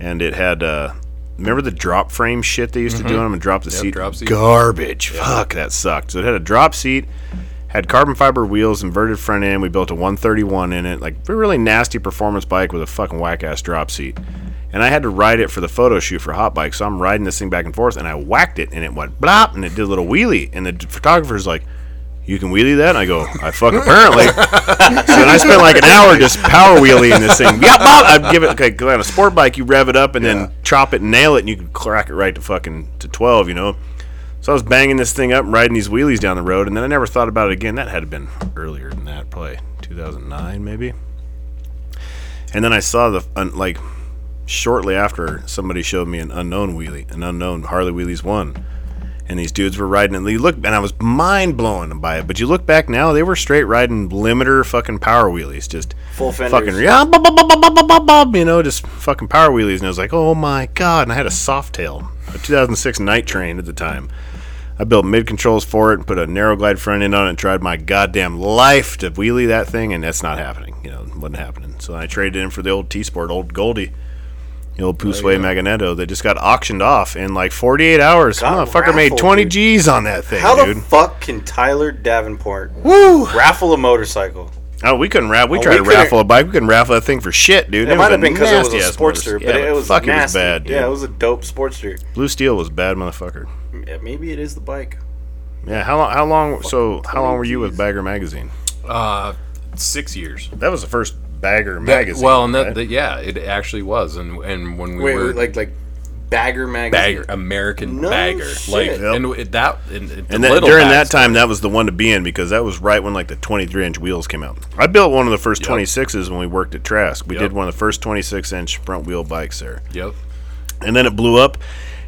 Speaker 1: and it had uh, remember the drop frame shit they used to do on them and drop the seat,
Speaker 5: drop seat.
Speaker 1: garbage. Fuck that sucked. So it had a drop seat, had carbon fiber wheels, inverted front end. We built a 131 in it, like a really nasty performance bike with a fucking whack ass drop seat. and I had to ride it for the photo shoot for Hot Bike. So I'm riding this thing back and forth, and I whacked it, and it went blop, and it did a little wheelie. And the d- photographer's like, "You can wheelie that?" And I go, "I fuck apparently." so then I spent like an hour just power wheeling this thing. Yeah, bop. I'd give it okay. 'cause on a sport bike, you rev it up and then chop it and nail it, and you can crack it right to fucking to twelve. You know. So I was banging this thing up, and riding these wheelies down the road, and then I never thought about it again. That had been earlier than that, probably 2009 maybe. And then I saw the un, like shortly after somebody showed me an unknown wheelie, an unknown Harley Wheelies one, and these dudes were riding it. You look, and I was mind blown by it. But you look back now, they were straight riding limiter fucking power wheelies, just
Speaker 2: Full fenders.
Speaker 1: fucking Ah, yeah, bub, bub, bub, bub, bub, bub, bub, bub, you know, just fucking power wheelies. And I was like, oh my god! And I had a soft tail, a 2006 Night Train at the time. I built mid controls for it and put a narrow glide front end on it and tried my goddamn life to wheelie that thing, and that's not happening. You know, it wasn't happening. So I traded in for the old T Sport, old Goldie, the old Pusway Magneto that just got auctioned off in like 48 hours.
Speaker 2: Got
Speaker 1: Motherfucker made
Speaker 2: raffled,
Speaker 1: 20 G's on that thing,
Speaker 2: How
Speaker 1: dude.
Speaker 2: the fuck can Tyler Davenport
Speaker 1: Woo!
Speaker 2: raffle a motorcycle?
Speaker 1: Oh, we couldn't raffle. We tried
Speaker 2: we
Speaker 1: to
Speaker 2: couldn't-
Speaker 1: raffle a bike. We couldn't raffle that thing for shit, dude.
Speaker 2: It, might
Speaker 1: was
Speaker 2: have been because it was a
Speaker 1: nasty-ass motor-
Speaker 2: Sportster, but
Speaker 1: yeah,
Speaker 2: it was
Speaker 1: fuck,
Speaker 2: nasty.
Speaker 1: it was bad, dude.
Speaker 2: Yeah, it was a dope Sportster.
Speaker 1: Blue Steel was a bad, motherfucker.
Speaker 2: Yeah, maybe it is the bike.
Speaker 1: Yeah, how long? How long? So, how long were you with Bagger Magazine?
Speaker 5: Uh, six years.
Speaker 1: That was the first Bagger Magazine.
Speaker 5: well, and that,
Speaker 1: right?
Speaker 5: that- yeah, it actually was, and and when we
Speaker 2: Wait,
Speaker 5: were
Speaker 2: wait, like like Bagger magazine.
Speaker 5: bagger American
Speaker 2: No
Speaker 5: bagger,
Speaker 2: shit.
Speaker 5: like
Speaker 2: Yep.
Speaker 5: and it, that and, it- the
Speaker 1: And that,
Speaker 5: little
Speaker 1: during that
Speaker 5: bags.
Speaker 1: time, that was the one to be in because that was right when like the 23 inch wheels came out. I built one of the first 26s when we worked at Trask. We
Speaker 5: Yep.
Speaker 1: did one of the first 26 inch front wheel bikes there.
Speaker 5: Yep.
Speaker 1: And then it blew up,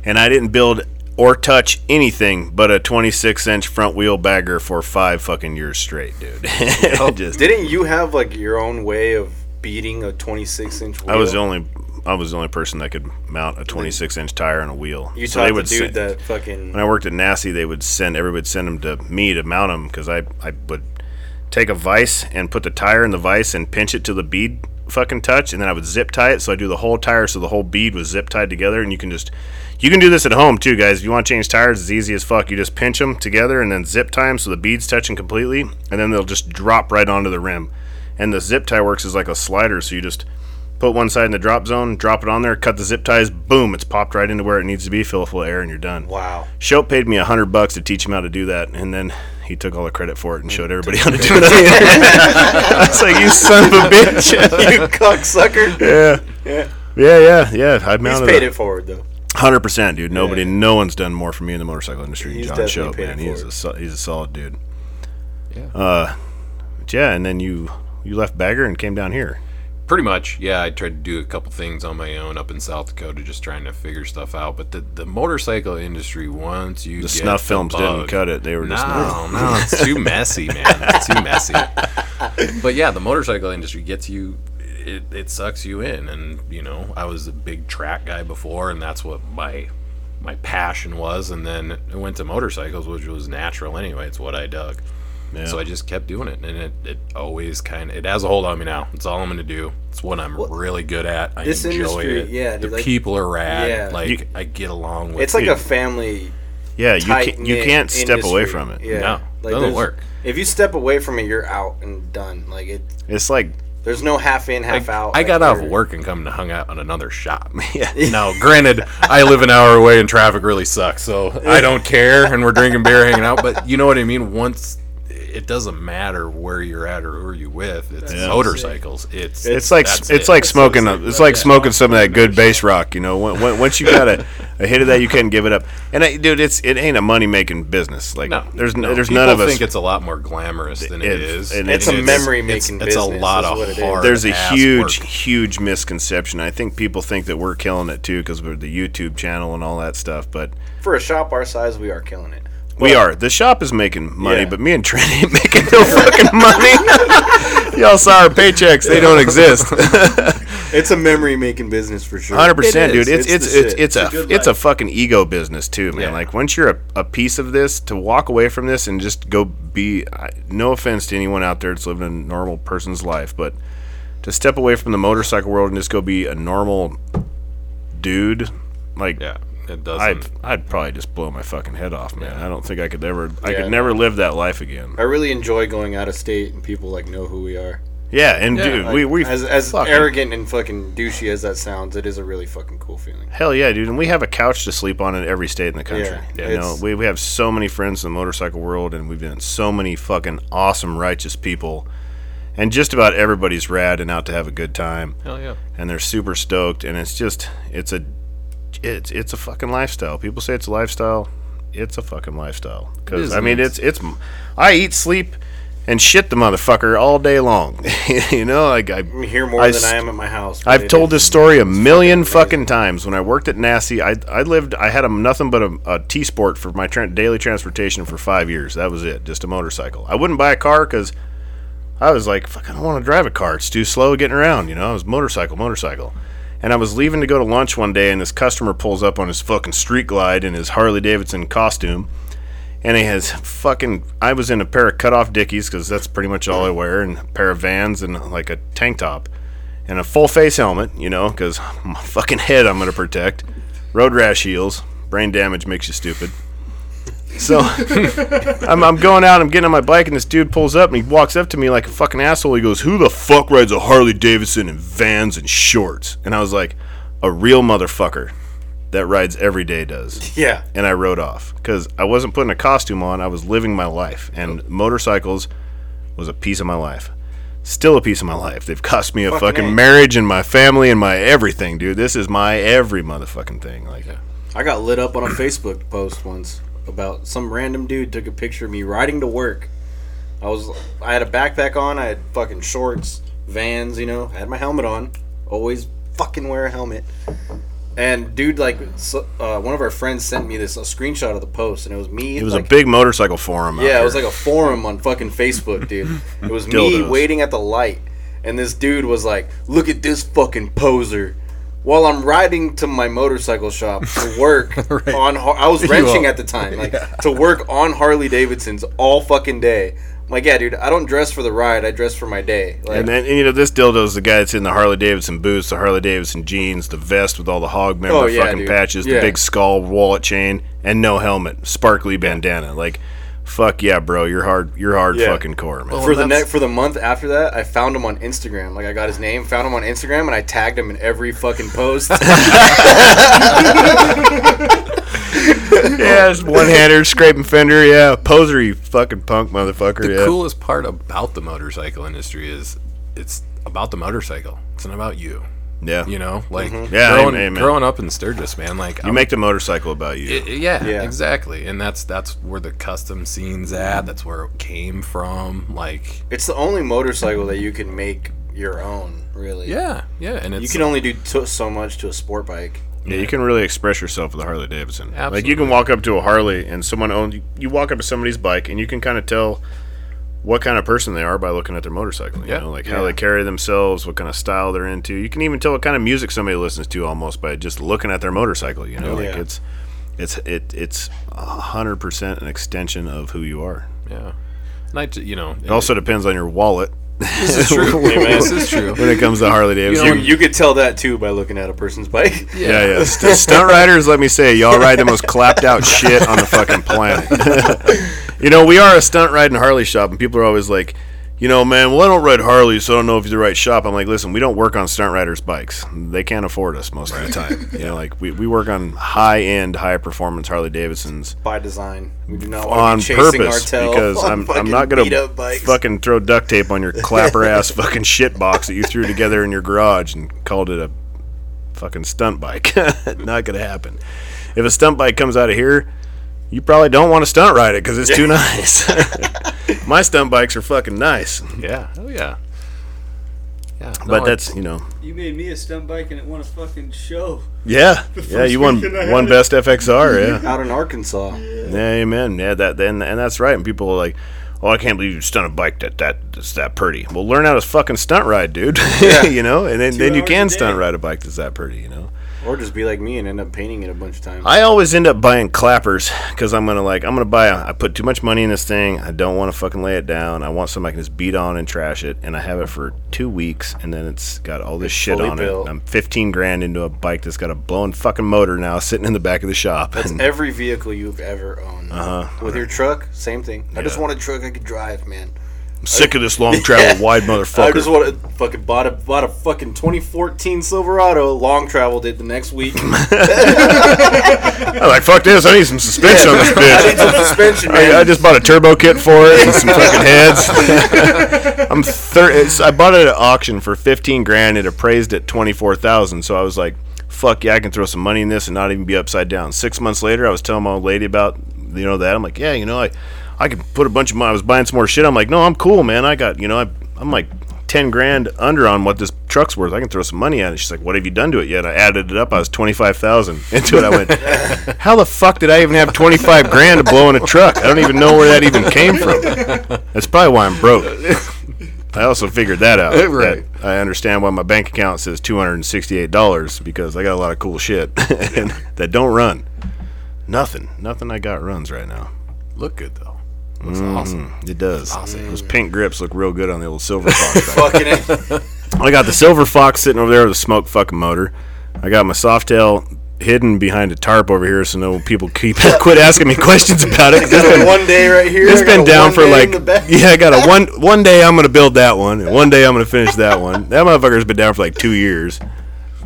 Speaker 1: and I didn't build or touch anything but a 26 inch front wheel bagger for five fucking years straight, dude.
Speaker 2: Oh.
Speaker 1: Just-
Speaker 2: Didn't you have like your own way of beating a 26 inch wheel?
Speaker 1: I was the only. I was the only person that could mount a 26 inch tire on a wheel.
Speaker 2: You
Speaker 1: So
Speaker 2: taught
Speaker 1: they
Speaker 2: the
Speaker 1: would
Speaker 2: dude
Speaker 1: send-
Speaker 2: that fucking.
Speaker 1: when I worked at NASI, they would send everybody would send them to me to mount them because I I would take a vise and put the tire in the vise and pinch it to the bead fucking touch, and then I would zip tie it. So I do the whole tire, so the whole bead was zip tied together, and you can just you can do this at home too, guys. If you want to change tires, it's easy as fuck. You just pinch them together and then zip tie them so the bead's touching completely, and then they'll just drop right onto the rim. And the zip tie works as like a slider, so you just put one side in the drop zone, drop it on there, cut the zip ties, boom, it's popped right into where it needs to be, fill it full of air, and you're done.
Speaker 2: Wow.
Speaker 1: Shope paid me a hundred bucks to teach him how to do that, and then he took all the credit for it and showed everybody how to do it. I was like, "You son of a bitch!"
Speaker 2: you cocksucker.
Speaker 1: yeah, yeah,
Speaker 2: Yeah.
Speaker 1: yeah, yeah. I
Speaker 2: He's
Speaker 1: mounted
Speaker 2: paid
Speaker 1: it
Speaker 2: it forward though.
Speaker 1: hundred percent, dude. Nobody, no one's done more for me in the motorcycle industry than
Speaker 2: He's
Speaker 1: John
Speaker 2: definitely
Speaker 1: Shope,
Speaker 2: paid it
Speaker 1: man. He's
Speaker 2: forward.
Speaker 1: a so- he's a solid dude.
Speaker 5: Yeah.
Speaker 1: Uh, but yeah, and then you you left Bagger and came down here.
Speaker 5: Pretty much, yeah. I tried to do a couple things on my own up in South Dakota, just trying to figure stuff out. But the, the motorcycle industry, once you
Speaker 1: The
Speaker 5: get
Speaker 1: snuff films didn't
Speaker 5: bug-
Speaker 1: cut it; they were just
Speaker 5: No, no, it's too messy, man. It's too messy. But yeah, the motorcycle industry gets you. It, it sucks you in, and you know I was a big track guy before, and that's what my my passion was. And then I went to motorcycles, which was natural anyway. It's what I dug.
Speaker 1: Yeah.
Speaker 5: So I just kept doing it, and it, it always kind of it has a hold on me now. It's all I'm gonna do. It's what I'm really good at. I
Speaker 2: this
Speaker 5: enjoy
Speaker 2: industry,
Speaker 5: it.
Speaker 2: yeah,
Speaker 5: the
Speaker 2: dude, like-
Speaker 5: people are rad.
Speaker 2: yeah.
Speaker 5: Like
Speaker 1: You-
Speaker 5: I get along with.
Speaker 2: It's like
Speaker 1: Dude.
Speaker 2: a family.
Speaker 1: yeah. You can't,
Speaker 2: tight-knit
Speaker 1: you can't step away
Speaker 2: industry.
Speaker 1: from it.
Speaker 2: Yeah.
Speaker 5: No, doesn't
Speaker 2: there's-
Speaker 5: work.
Speaker 2: If you step away from it, you're out and done. Like it.
Speaker 1: It's like
Speaker 2: There's no half in, half
Speaker 5: I,
Speaker 2: out.
Speaker 5: I
Speaker 2: Like,
Speaker 5: got off
Speaker 2: you're-
Speaker 5: work and come to hung out on another shop. now, granted, I live an hour away and traffic really sucks, so I don't care. And we're drinking beer, hanging out. But you know what I mean. Once it doesn't matter where you're at or who you're with. It's motorcycles. It's
Speaker 1: it's like
Speaker 5: that's
Speaker 1: it's
Speaker 5: it.
Speaker 1: like smoking a, it's like smoking some of that good bass rock you know when, when, once you got a, a hit of that you can't give it up and I, dude it's it ain't a money making business like
Speaker 5: No,
Speaker 1: there's
Speaker 5: no.
Speaker 1: no, there's
Speaker 5: People
Speaker 1: none of us
Speaker 5: think it's a lot more glamorous than
Speaker 1: It-
Speaker 5: it is.
Speaker 1: and
Speaker 5: and
Speaker 1: it's a
Speaker 2: memory-making
Speaker 5: It's, it's a
Speaker 2: business,
Speaker 5: lot
Speaker 2: is
Speaker 5: of
Speaker 2: what it is.
Speaker 5: hard.
Speaker 1: there's a
Speaker 5: ass
Speaker 1: huge
Speaker 5: work.
Speaker 1: huge misconception I think people think that we're killing it too because we're the YouTube channel and all that stuff but
Speaker 2: For a shop our size, we are killing it.
Speaker 1: we are the shop is making money
Speaker 2: Yeah.
Speaker 1: but me and Trent ain't making no fucking money y'all saw our paychecks they don't exist
Speaker 2: It's a memory making business for sure.
Speaker 1: Hundred percent,
Speaker 5: It is.
Speaker 1: dude. It's
Speaker 2: It's
Speaker 1: it's
Speaker 2: the
Speaker 1: it's
Speaker 2: shit.
Speaker 1: it's,
Speaker 2: It's a
Speaker 1: a
Speaker 2: good
Speaker 1: it's a fucking ego business too, man. Like once you're a, a piece of this, to walk away from this and just go be. I- No offense to anyone out there that's living a normal person's life, but to step away from the motorcycle world and just go be a normal dude, like
Speaker 5: Yeah, it
Speaker 1: I'd
Speaker 5: doesn't.
Speaker 1: I'd probably just blow my fucking head off, man. I don't think I could ever I
Speaker 2: Yeah,
Speaker 1: could never live that life again.
Speaker 2: I really enjoy going out of state and people like know who we are.
Speaker 1: Yeah, and
Speaker 4: Yeah,
Speaker 1: dude,
Speaker 4: like,
Speaker 1: we we
Speaker 2: As, as
Speaker 1: fucking-
Speaker 2: arrogant and fucking douchey as that sounds, it is a really fucking cool feeling.
Speaker 1: Hell yeah, dude! And we have a couch to sleep on in every state in the country.
Speaker 2: Yeah,
Speaker 1: you know,
Speaker 2: it's-
Speaker 1: we, we have so many friends in the motorcycle world, and we've been so many fucking awesome, righteous people, and just about everybody's rad and out to have a good time,
Speaker 5: Hell yeah.
Speaker 1: and they're super stoked, and it's just it's a it's it's a fucking lifestyle. People say it's a lifestyle. It's a fucking lifestyle because
Speaker 5: is,
Speaker 1: I mean
Speaker 5: man.
Speaker 1: it's it's I eat, sleep, and shit the motherfucker all day long. you know, like I
Speaker 2: I'm here more
Speaker 1: I
Speaker 2: than
Speaker 1: s-
Speaker 2: I am at my house. but
Speaker 1: I've
Speaker 2: it
Speaker 1: told
Speaker 2: is-
Speaker 1: this story a million fucking times. When I worked at NASI, I, I lived, I had a, nothing but a, a T Sport for my tran daily transportation for five years. That was it, just a motorcycle. I wouldn't buy a car because I was like, fuck, I don't want to drive a car. It's too slow getting around. You know, I was motorcycle, motorcycle. And I was leaving to go to lunch one day, and this customer pulls up on his fucking street glide in his Harley Davidson costume. And he has fucking. I was in a pair of cutoff dickies because that's pretty much all I wear, and a pair of vans and like a tank top and a full face helmet, you know, because my fucking head I'm going to protect. Road rash heals. Brain damage makes you stupid. So I'm, I'm going out, I'm getting on my bike, and this dude pulls up and he walks up to me like a fucking asshole. He goes, Who the fuck rides a Harley Davidson in vans and shorts? And I was like, A real motherfucker that rides every day does.
Speaker 2: Yeah.
Speaker 1: And I rode off because I wasn't putting a costume on, I was living my life. And motorcycles was a piece of my life still a piece of my life. They've cost me a fucking,
Speaker 2: A.
Speaker 1: marriage and my family and my everything, dude. This is my every motherfucking thing. Like,
Speaker 2: I got lit up on a Facebook post once about some random dude took a picture of me riding to work. I was I had a backpack on, I had fucking shorts, vans, you know, I had my helmet on. Always fucking wear a helmet. And dude, like, so, uh, one of our friends sent me this a screenshot of the post, and it was me.
Speaker 1: it was
Speaker 2: like,
Speaker 1: a big motorcycle forum. out
Speaker 2: Yeah, it was
Speaker 1: here.
Speaker 2: like a forum on fucking Facebook, dude. It was me
Speaker 1: Dildos.
Speaker 2: waiting at the light, and this dude was like, "Look at this fucking poser." While I'm riding to my motorcycle shop to work on, Har- I was wrenching
Speaker 5: are.
Speaker 2: at the time, like to work on Harley Davidsons all fucking day. I'm like, yeah, dude, I don't dress for the ride; I dress for my day. Like,
Speaker 1: And then and, you know this dildo's the guy that's in the Harley Davidson boots, the Harley Davidson jeans, the vest with all the hog member
Speaker 2: Oh, yeah,
Speaker 1: fucking
Speaker 2: dude.
Speaker 1: patches, the
Speaker 2: Yeah.
Speaker 1: big skull wallet chain, and no helmet, sparkly bandana. Like, fuck yeah, bro, you're hard, you're hard
Speaker 2: Yeah.
Speaker 1: fucking core, man.
Speaker 2: for the
Speaker 5: that's-
Speaker 2: next for the month after that, I found him on Instagram. Like I got his name, found him on Instagram, and I tagged him in every fucking post.
Speaker 1: yeah, one hander, scraping fender, yeah, poser, you fucking punk motherfucker.
Speaker 5: The
Speaker 1: yeah.
Speaker 5: coolest part about the motorcycle industry is it's about the motorcycle. It's not about you.
Speaker 1: yeah,
Speaker 5: You know, like
Speaker 1: Mm-hmm. Yeah,
Speaker 5: growing,
Speaker 1: amen.
Speaker 5: growing up in Sturgis, man. Like
Speaker 1: you make the motorcycle about you.
Speaker 5: Y- yeah,
Speaker 2: Yeah.
Speaker 5: exactly. And that's that's where the custom scenes at. That's where it came from. Like,
Speaker 2: it's the only motorcycle that you can make your own, really.
Speaker 5: yeah, yeah. And it's
Speaker 2: You can only do to so much to a sport bike.
Speaker 1: Yeah, you can really express yourself with a Harley Davidson. Like you
Speaker 5: Absolutely.
Speaker 1: can walk up to a Harley and someone owns you, you walk up to somebody's bike and you can kind of tell what kind of person they are by looking at their motorcycle. You
Speaker 5: Yeah.
Speaker 1: know, like how they carry themselves, what kind of style they're into. You can even tell what kind of music somebody listens to almost by just looking at their motorcycle. You
Speaker 5: Oh,
Speaker 1: know, like
Speaker 2: Yeah.
Speaker 1: it's it's it it's hundred percent an extension of who you are.
Speaker 5: yeah. And I, ju- you know,
Speaker 1: It also depends on your wallet
Speaker 5: this is true. this is true.
Speaker 1: when it comes to Harley Davidson.
Speaker 5: You-
Speaker 2: You, you could tell that too by looking at a person's bike.
Speaker 1: Yeah, yeah. St- stunt riders, let me say, y'all ride the most clapped out shit on the fucking planet. you know, we are a stunt riding Harley shop, and people are always like, you know, man, well, I don't ride Harley, so I don't know if you're the right shop. I'm like, listen, we don't work on stunt riders' bikes. They can't afford us most of the time. You know, like, we, we work on high end, high performance Harley Davidsons
Speaker 2: By design, we do not
Speaker 1: on
Speaker 2: want to be chasing
Speaker 1: purpose
Speaker 2: our tail
Speaker 1: because
Speaker 2: on
Speaker 1: I'm, I'm
Speaker 2: fucking
Speaker 1: not going
Speaker 2: beat
Speaker 1: to
Speaker 2: up bikes.
Speaker 1: fucking throw duct tape on your clapper ass fucking shit box that you threw together in your garage and called it a fucking stunt bike. not going to happen. If a stunt bike comes out of here, you probably don't want to stunt ride it because it's too nice. My stunt bikes are fucking nice,
Speaker 5: Yeah. Oh yeah. Yeah. no,
Speaker 1: but
Speaker 5: I-
Speaker 1: that's you know,
Speaker 4: You made me a stunt bike and it won a fucking show.
Speaker 1: yeah, yeah. You won
Speaker 4: weekend I had
Speaker 1: won
Speaker 4: it.
Speaker 1: best FXR, yeah.
Speaker 2: out in Arkansas.
Speaker 1: Yeah, amen. Yeah, that and, and that's right. And people are like, "Oh, I can't believe you stunt a bike that that that's that pretty." Well, learn how to fucking stunt ride, dude. you know, and then, then you
Speaker 4: hours
Speaker 1: can
Speaker 4: a
Speaker 1: stunt
Speaker 4: day.
Speaker 1: ride a bike that's that pretty. You know,
Speaker 2: Or just be like me and end up painting it a bunch of times.
Speaker 1: I always end up buying clappers because I'm gonna like I'm gonna buy. A, I put too much money in this thing. I don't want to fucking lay it down. I want something I can just beat on and trash it. And I have it for two weeks, and then it's got all this shit
Speaker 2: fully
Speaker 1: on
Speaker 2: built.
Speaker 1: it. I'm 15 grand into a bike that's got a blown fucking motor now, sitting in the back of the shop. And-
Speaker 2: Every vehicle you've ever owned. With your truck, same thing. I just want a truck I could drive, man.
Speaker 1: sick of this long travel wide
Speaker 2: I just
Speaker 1: motherfucker.
Speaker 2: want to fucking bought a bought a fucking 2014 Silverado. Long traveled it the next week.
Speaker 1: I'm like, fuck this. I need some suspension on this
Speaker 2: I need
Speaker 1: bitch.
Speaker 2: some suspension, man.
Speaker 1: I, I just bought a turbo kit for it and some fucking heads. I'm thir- it's, I bought it at auction for 15 grand. It appraised at 24,000. So I was like, fuck yeah, I can throw some money in this and not even be upside down. Six months later, I was telling my old lady about, you know, that. I'm like, yeah, you know, I, I could put a bunch of money. I was buying some more shit. I'm like, no, I'm cool, man. I got, you know, I, I'm like 10 grand under on what this truck's worth. I can throw some money at it. She's like, what have you done to it yet? I added it up. I was 25,000 into it. I went, how the fuck did I even have 25 grand to blow in a truck? I don't even know where that even came from. That's probably why I'm broke. I also figured that out.
Speaker 5: Right.
Speaker 1: that I understand why my bank account says two hundred and sixty-eight dollars because I got a lot of cool shit and that don't run. Nothing. Nothing I got runs right now. Mm,
Speaker 5: Look good though. Looks awesome.
Speaker 1: It does. Those pink grips look real good on the old silver fox.
Speaker 2: fucking it.
Speaker 1: I got the silver fox sitting over there with a smoke fucking motor. I got my softail hidden behind a tarp over here so no people keep quit asking me questions about it. 'cause it's been-
Speaker 2: one day right here.
Speaker 1: it's
Speaker 2: I got
Speaker 1: been
Speaker 2: a
Speaker 1: down
Speaker 2: one
Speaker 1: for
Speaker 2: day
Speaker 1: like
Speaker 2: in the back.
Speaker 1: yeah. I got a one one day I'm gonna build that one, and one day I'm gonna finish that one. That motherfucker's been down for like two years.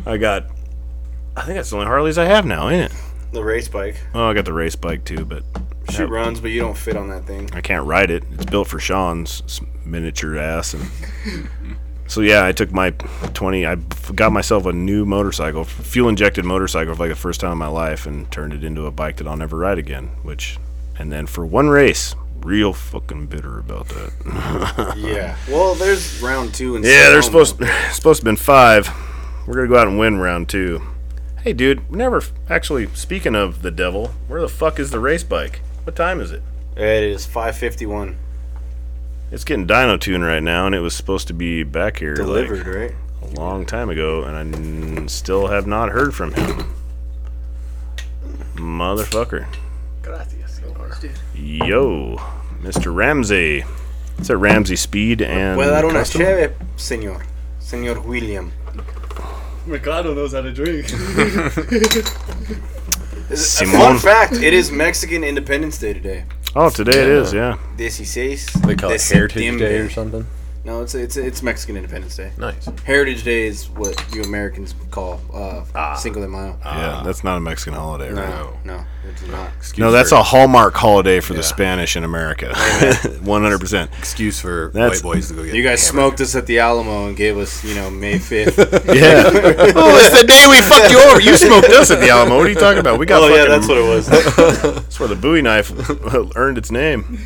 Speaker 1: I got, I think that's the only Harleys I have now, ain't it?
Speaker 2: the race bike.
Speaker 1: Oh, I got the race bike too, but
Speaker 2: She runs, but you don't fit on that thing.
Speaker 1: I can't ride it. It's built for Sean's s- miniature ass, and so yeah, I took my twenty. I f- got myself a new motorcycle, fuel injected motorcycle, for like the first time in my life, and turned it into a bike that I'll never ride again. Which, and then for one race, real fucking bitter about that.
Speaker 2: Yeah. Well, there's round two and
Speaker 1: Uh-huh. Yeah, they're supposed supposed to been five. We're gonna go out and win round two. Hey, dude, we never actually. Speaking of the devil, where the fuck is the race bike? What time is it?
Speaker 2: It is 5:51
Speaker 1: It's getting dyno tuned right now, and it was supposed to be back here like, mm,
Speaker 2: delivered, right?
Speaker 1: a long time ago, and I n- still have not heard from him. Motherfucker. Yo, Mr. Ramsey. It's at Ramsey Speed and.
Speaker 2: Well, una
Speaker 1: Custom?
Speaker 2: cheve, señor, señor William.
Speaker 4: Ricardo knows how to drink.
Speaker 2: A
Speaker 1: Simon.
Speaker 2: Fun fact: It is Mexican Independence Day today.
Speaker 1: Oh, today it is, yeah.
Speaker 2: 16.
Speaker 5: They call
Speaker 2: de
Speaker 5: it Heritage Day
Speaker 2: septiembre.
Speaker 5: or something.
Speaker 2: No, it's it's it's Mexican Independence Day.
Speaker 5: Nice.
Speaker 2: Heritage Day is what you Americans call uh,
Speaker 1: Ah.
Speaker 2: Cinco de Mayo.
Speaker 1: Yeah, that's not a Mexican holiday, right?
Speaker 2: no, no, it's not.
Speaker 1: No, that's a hallmark holiday for the
Speaker 5: Yeah.
Speaker 1: Spanish in America. One hundred percent.
Speaker 5: excuse for
Speaker 1: That's-
Speaker 5: white boys to go get.
Speaker 2: You guys
Speaker 5: hammered.
Speaker 2: smoked us at the Alamo and gave us, you know, May fifth.
Speaker 1: Yeah. oh, it's the day we fucked you over. You smoked us at the Alamo. What are you talking about? We got.
Speaker 2: oh
Speaker 1: fucking,
Speaker 2: yeah, that's what it was.
Speaker 1: that's where the Bowie knife earned its name.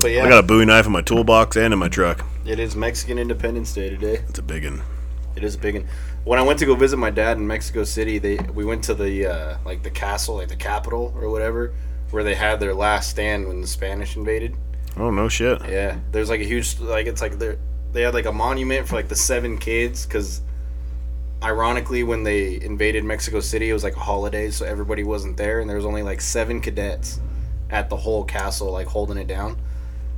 Speaker 2: But
Speaker 1: I
Speaker 2: yeah,
Speaker 1: got a Bowie knife in my toolbox and in my truck.
Speaker 2: it is Mexican Independence Day today.
Speaker 1: It's a big one.
Speaker 2: It is a big. one. When I went to go visit my dad in Mexico City, they we went to the uh, like the castle, like the capital or whatever, where they had their last stand when the Spanish invaded.
Speaker 1: Oh no shit.
Speaker 2: Yeah, there's like a huge like it's like they they had like a monument for like the seven kids because ironically when they invaded Mexico City it was like a holiday so everybody wasn't there and there was only like seven cadets at the whole castle like holding it down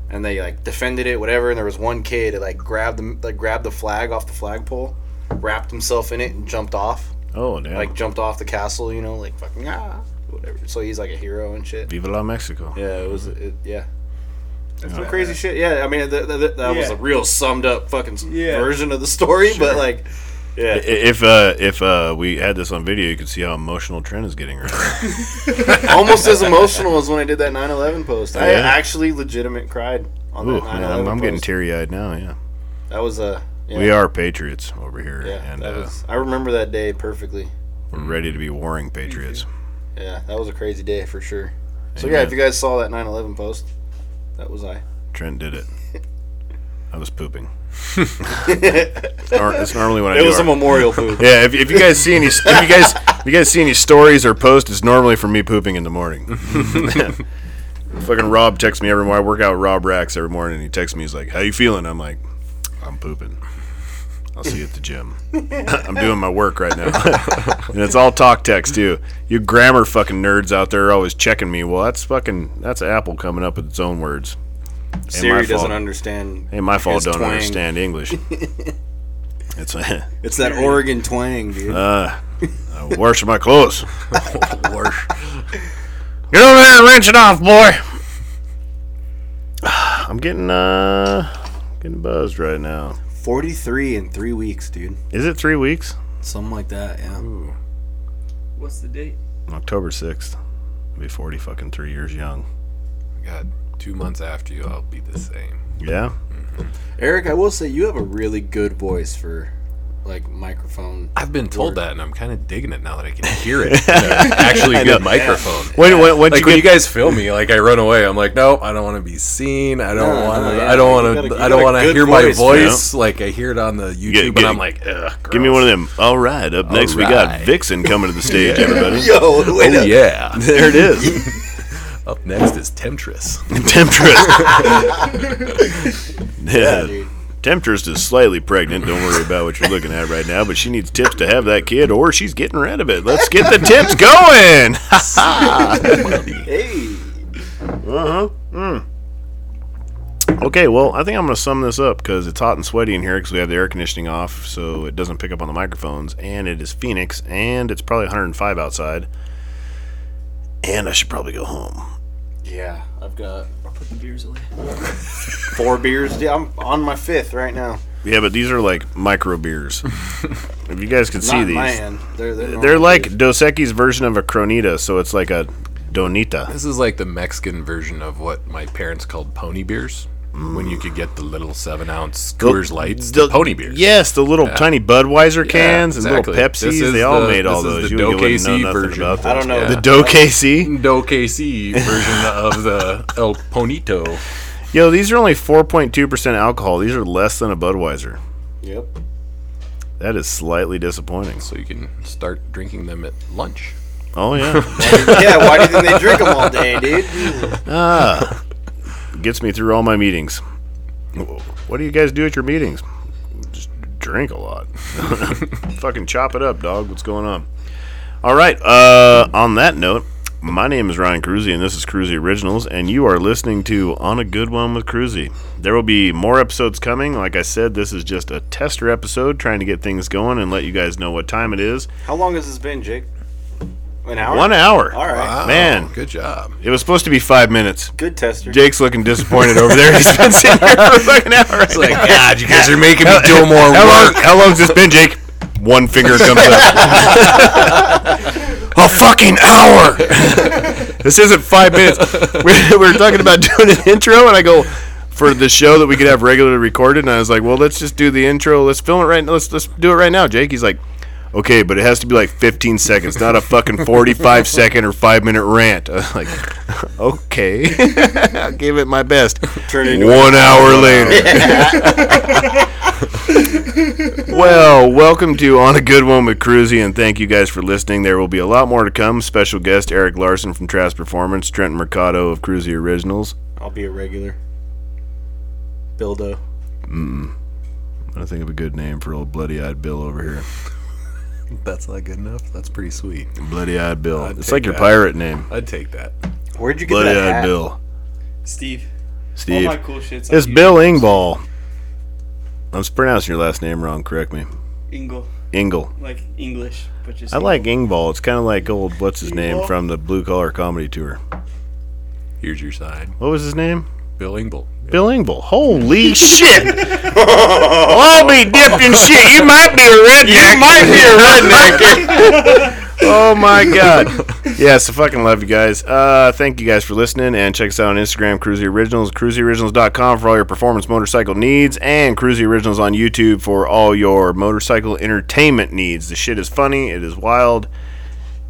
Speaker 2: and they like defended it whatever and there was one kid that like grabbed the like grabbed the flag off the flagpole wrapped himself in it and jumped off
Speaker 1: Oh damn.
Speaker 2: like jumped off the castle you know like fucking ah whatever so he's like a hero and shit
Speaker 1: Viva la Mexico.
Speaker 2: yeah, it was. It, yeah. Some crazy shit. Yeah, I mean, th th th that was
Speaker 4: Yeah.
Speaker 2: a real summed up fucking s-
Speaker 4: Yeah.
Speaker 2: version of the story, but like,
Speaker 1: I- If uh, if uh, we had this on video, you could see how emotional Trent is getting right now.
Speaker 2: almost as emotional as when I did that 9 11 post. I
Speaker 1: Yeah.
Speaker 2: actually legitimate cried on
Speaker 1: Ooh,
Speaker 2: that 9
Speaker 1: man, I'm,
Speaker 2: 11
Speaker 1: I'm getting
Speaker 2: post.
Speaker 1: teary eyed now. Yeah.
Speaker 2: That was a. yeah,
Speaker 1: we are patriots over here,
Speaker 2: Yeah,
Speaker 1: and
Speaker 2: that
Speaker 1: uh,
Speaker 2: was, I remember that day perfectly.
Speaker 1: we're ready to be warring patriots.
Speaker 2: Yeah, that was a crazy day for sure. So,
Speaker 1: Amen.
Speaker 2: yeah, if you guys saw that 9 11 post, that was I.
Speaker 1: Trent did it. I was pooping. It's nor- That's normally when I
Speaker 2: It
Speaker 1: do
Speaker 2: was a
Speaker 1: our-
Speaker 2: memorial poop.
Speaker 1: yeah, if, if you guys see any, if you guys, if you guys see any stories or posts, it's normally from me pooping in the morning. Fucking Rob texts me every morning. I work out with Rob Racks every morning, and he texts me. He's like, "How you feeling?" I'm like, "I'm pooping. I'll see you at the gym. I'm doing my work right now." and it's all talk text too. You grammar fucking nerds out there are always checking me. Well, that's fucking that's Apple coming up with its own words. Ain't
Speaker 2: Siri doesn't
Speaker 1: fault.
Speaker 2: understand.
Speaker 1: Ain't my fault.
Speaker 2: his
Speaker 1: Don't
Speaker 2: twang.
Speaker 1: understand English. it's uh,
Speaker 2: It's that Oregon twang, dude.
Speaker 1: I wash my clothes.
Speaker 5: Worse.
Speaker 1: Get over there and wrench it off, boy. getting uh getting buzzed right now.
Speaker 3: 43 in three weeks, dude.
Speaker 1: Is it three weeks?
Speaker 3: Something like that, yeah.
Speaker 4: What's the date?
Speaker 1: October sixth. I'll be forty fucking three years young.
Speaker 5: God, two months after you, I'll be the same.
Speaker 1: Yeah.
Speaker 3: Eric, I will say you have a really good voice for like microphone.
Speaker 5: I've been told that, and I'm kind of digging it now that I can hear it. It's actually a good microphone.
Speaker 1: When when when
Speaker 5: Like
Speaker 1: you
Speaker 5: when
Speaker 1: get
Speaker 5: you guys film me, like I run away. I'm like, nope, I don't want to be seen. I don't
Speaker 3: No,
Speaker 5: want to.
Speaker 3: no, yeah,
Speaker 5: I don't
Speaker 3: you
Speaker 5: want
Speaker 3: got
Speaker 5: to.
Speaker 3: a- you
Speaker 5: I
Speaker 3: got
Speaker 5: don't
Speaker 3: a
Speaker 5: want to
Speaker 3: good
Speaker 5: hear my
Speaker 3: voice,
Speaker 5: voice. Like I hear it on the YouTube,
Speaker 1: get-
Speaker 5: and I'm like, ugh.
Speaker 1: give me one of them. All right, up next we got
Speaker 5: right.
Speaker 1: Vixen coming to the stage, everybody.
Speaker 3: Yo, wait
Speaker 5: Oh yeah.
Speaker 1: There it is.
Speaker 5: Up next is Temptress.
Speaker 1: Temptress. yeah. Temptress is slightly pregnant. Don't worry about what you're looking at right now, but she needs tips to have that kid, or she's getting rid of it. Let's get the tips going.
Speaker 3: Hey.
Speaker 1: Uh huh. Mm. Okay, well, I think I'm going to sum this up because it's hot and sweaty in here because we have the air conditioning off, so it doesn't pick up on the microphones. And it is Phoenix, and it's probably 105 outside. And I should probably go home.
Speaker 3: Yeah, I've got
Speaker 4: I'll put the beers away.
Speaker 3: four beers. Yeah, I'm on my fifth right now.
Speaker 1: Yeah, but these are like micro beers. if you guys could see
Speaker 3: Not
Speaker 1: these,
Speaker 3: man. They're they're,
Speaker 1: they're
Speaker 3: normal
Speaker 1: like
Speaker 3: beers.
Speaker 1: Dos Equis version of a Cronita, so it's like a Donita.
Speaker 5: This is like the Mexican version of what my parents called pony beers. When you could get the little seven ounce Coors Lights, the, pony beers.
Speaker 1: Yes, the little tiny Budweiser
Speaker 5: Yeah,
Speaker 1: cans and little
Speaker 5: exactly. This
Speaker 1: Pepsis.
Speaker 5: is
Speaker 1: They all
Speaker 5: the-
Speaker 1: made all those.
Speaker 5: this is
Speaker 1: you
Speaker 5: the
Speaker 1: wouldn't
Speaker 5: Doe
Speaker 1: know
Speaker 5: KC
Speaker 1: nothing
Speaker 5: version.
Speaker 1: about
Speaker 3: I don't
Speaker 1: those.
Speaker 3: know.
Speaker 1: The Doe KC?
Speaker 5: Do KC version of the El Ponito.
Speaker 1: Yo, these are only 4.2% alcohol. These are less than a Budweiser.
Speaker 3: Yep.
Speaker 1: That is slightly disappointing.
Speaker 5: So you can start drinking them at lunch.
Speaker 1: Oh, yeah.
Speaker 3: yeah, why do you think they drink them all day, dude?
Speaker 1: Gets me through all my meetings. What do you guys do at your meetings? Just drink a lot. Fucking chop it up, dog. What's going on? All right. Uh, on that note, my name is Ryan Cruzy, and this is Cruzy Originals, and you are listening to On a Good One with Cruzy. There will be more episodes coming. Like I said, this is just a tester episode trying to get things going and let you guys know what time it is.
Speaker 3: How long has this been, Jake? An hour?
Speaker 1: One hour.
Speaker 3: All right.
Speaker 1: Man.
Speaker 5: good job.
Speaker 1: It was supposed to be five minutes.
Speaker 3: Good tester.
Speaker 1: Jake's looking disappointed over there. He's been sitting here for like an hour. It's like, God, you guys are making me do more how work. Long, how long's this been, Jake? One finger comes up. A fucking hour. this isn't five minutes. We, we were talking about doing an intro, and I go for the show that we could have regularly recorded, and I was like, well, let's just do the intro. Let's film it right. now. Let's let's do it right now, Jake. He's like. Okay, but it has to be like 15 seconds, not a fucking 45 second or five minute rant. I was like, okay, I'll give it my best.
Speaker 3: Turn it into
Speaker 1: One hour later. well, welcome to On a Good One with Cruzy, and thank you guys for listening. There will be a lot more to come. Special guest Eric Larson from Trash Performance, Trent Mercado of Cruzy Originals.
Speaker 3: I'll be a regular. Bildo.
Speaker 1: I think of a good name for old bloody eyed Bill over here.
Speaker 5: That's not good enough. That's pretty sweet.
Speaker 1: Bloody eyed Bill. it's
Speaker 5: take
Speaker 1: like your
Speaker 5: that.
Speaker 1: pirate name.
Speaker 5: I'd take that.
Speaker 3: Where'd you get
Speaker 1: Bloody
Speaker 3: that
Speaker 1: eyed
Speaker 3: hat?
Speaker 1: Bill.
Speaker 4: Steve.
Speaker 1: Steve.
Speaker 4: All Oh my cool shit's
Speaker 1: It's
Speaker 4: on
Speaker 1: Bill Ingvall. I'm pronouncing your last name wrong. Correct me.
Speaker 4: Ingle,
Speaker 1: Ingle.
Speaker 4: like English, but just
Speaker 1: I like Ingvall. It's kind of like old what's his name
Speaker 4: Ingvall?
Speaker 1: from the Blue Collar Comedy Tour.
Speaker 5: Here's your sign.
Speaker 1: What was his name?
Speaker 5: Bill Engvall.
Speaker 1: Bill Ingvall. Holy shit! well, I'll be dipped in shit. You might be a redneck. You might be a redneck. oh my god. Yeah, so fucking love you guys. Uh, thank you guys for listening and check us out on Instagram, Cruzy Originals, cruisyoriginals.com for all your performance motorcycle needs, and Cruzy Originals on YouTube for all your motorcycle entertainment needs. The shit is funny, it is wild,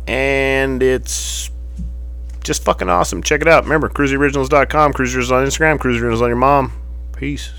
Speaker 1: and it's just fucking awesome. Check it out. Remember, cruisyoriginals.com, cruisers on Instagram, cruisers on your mom. Peace.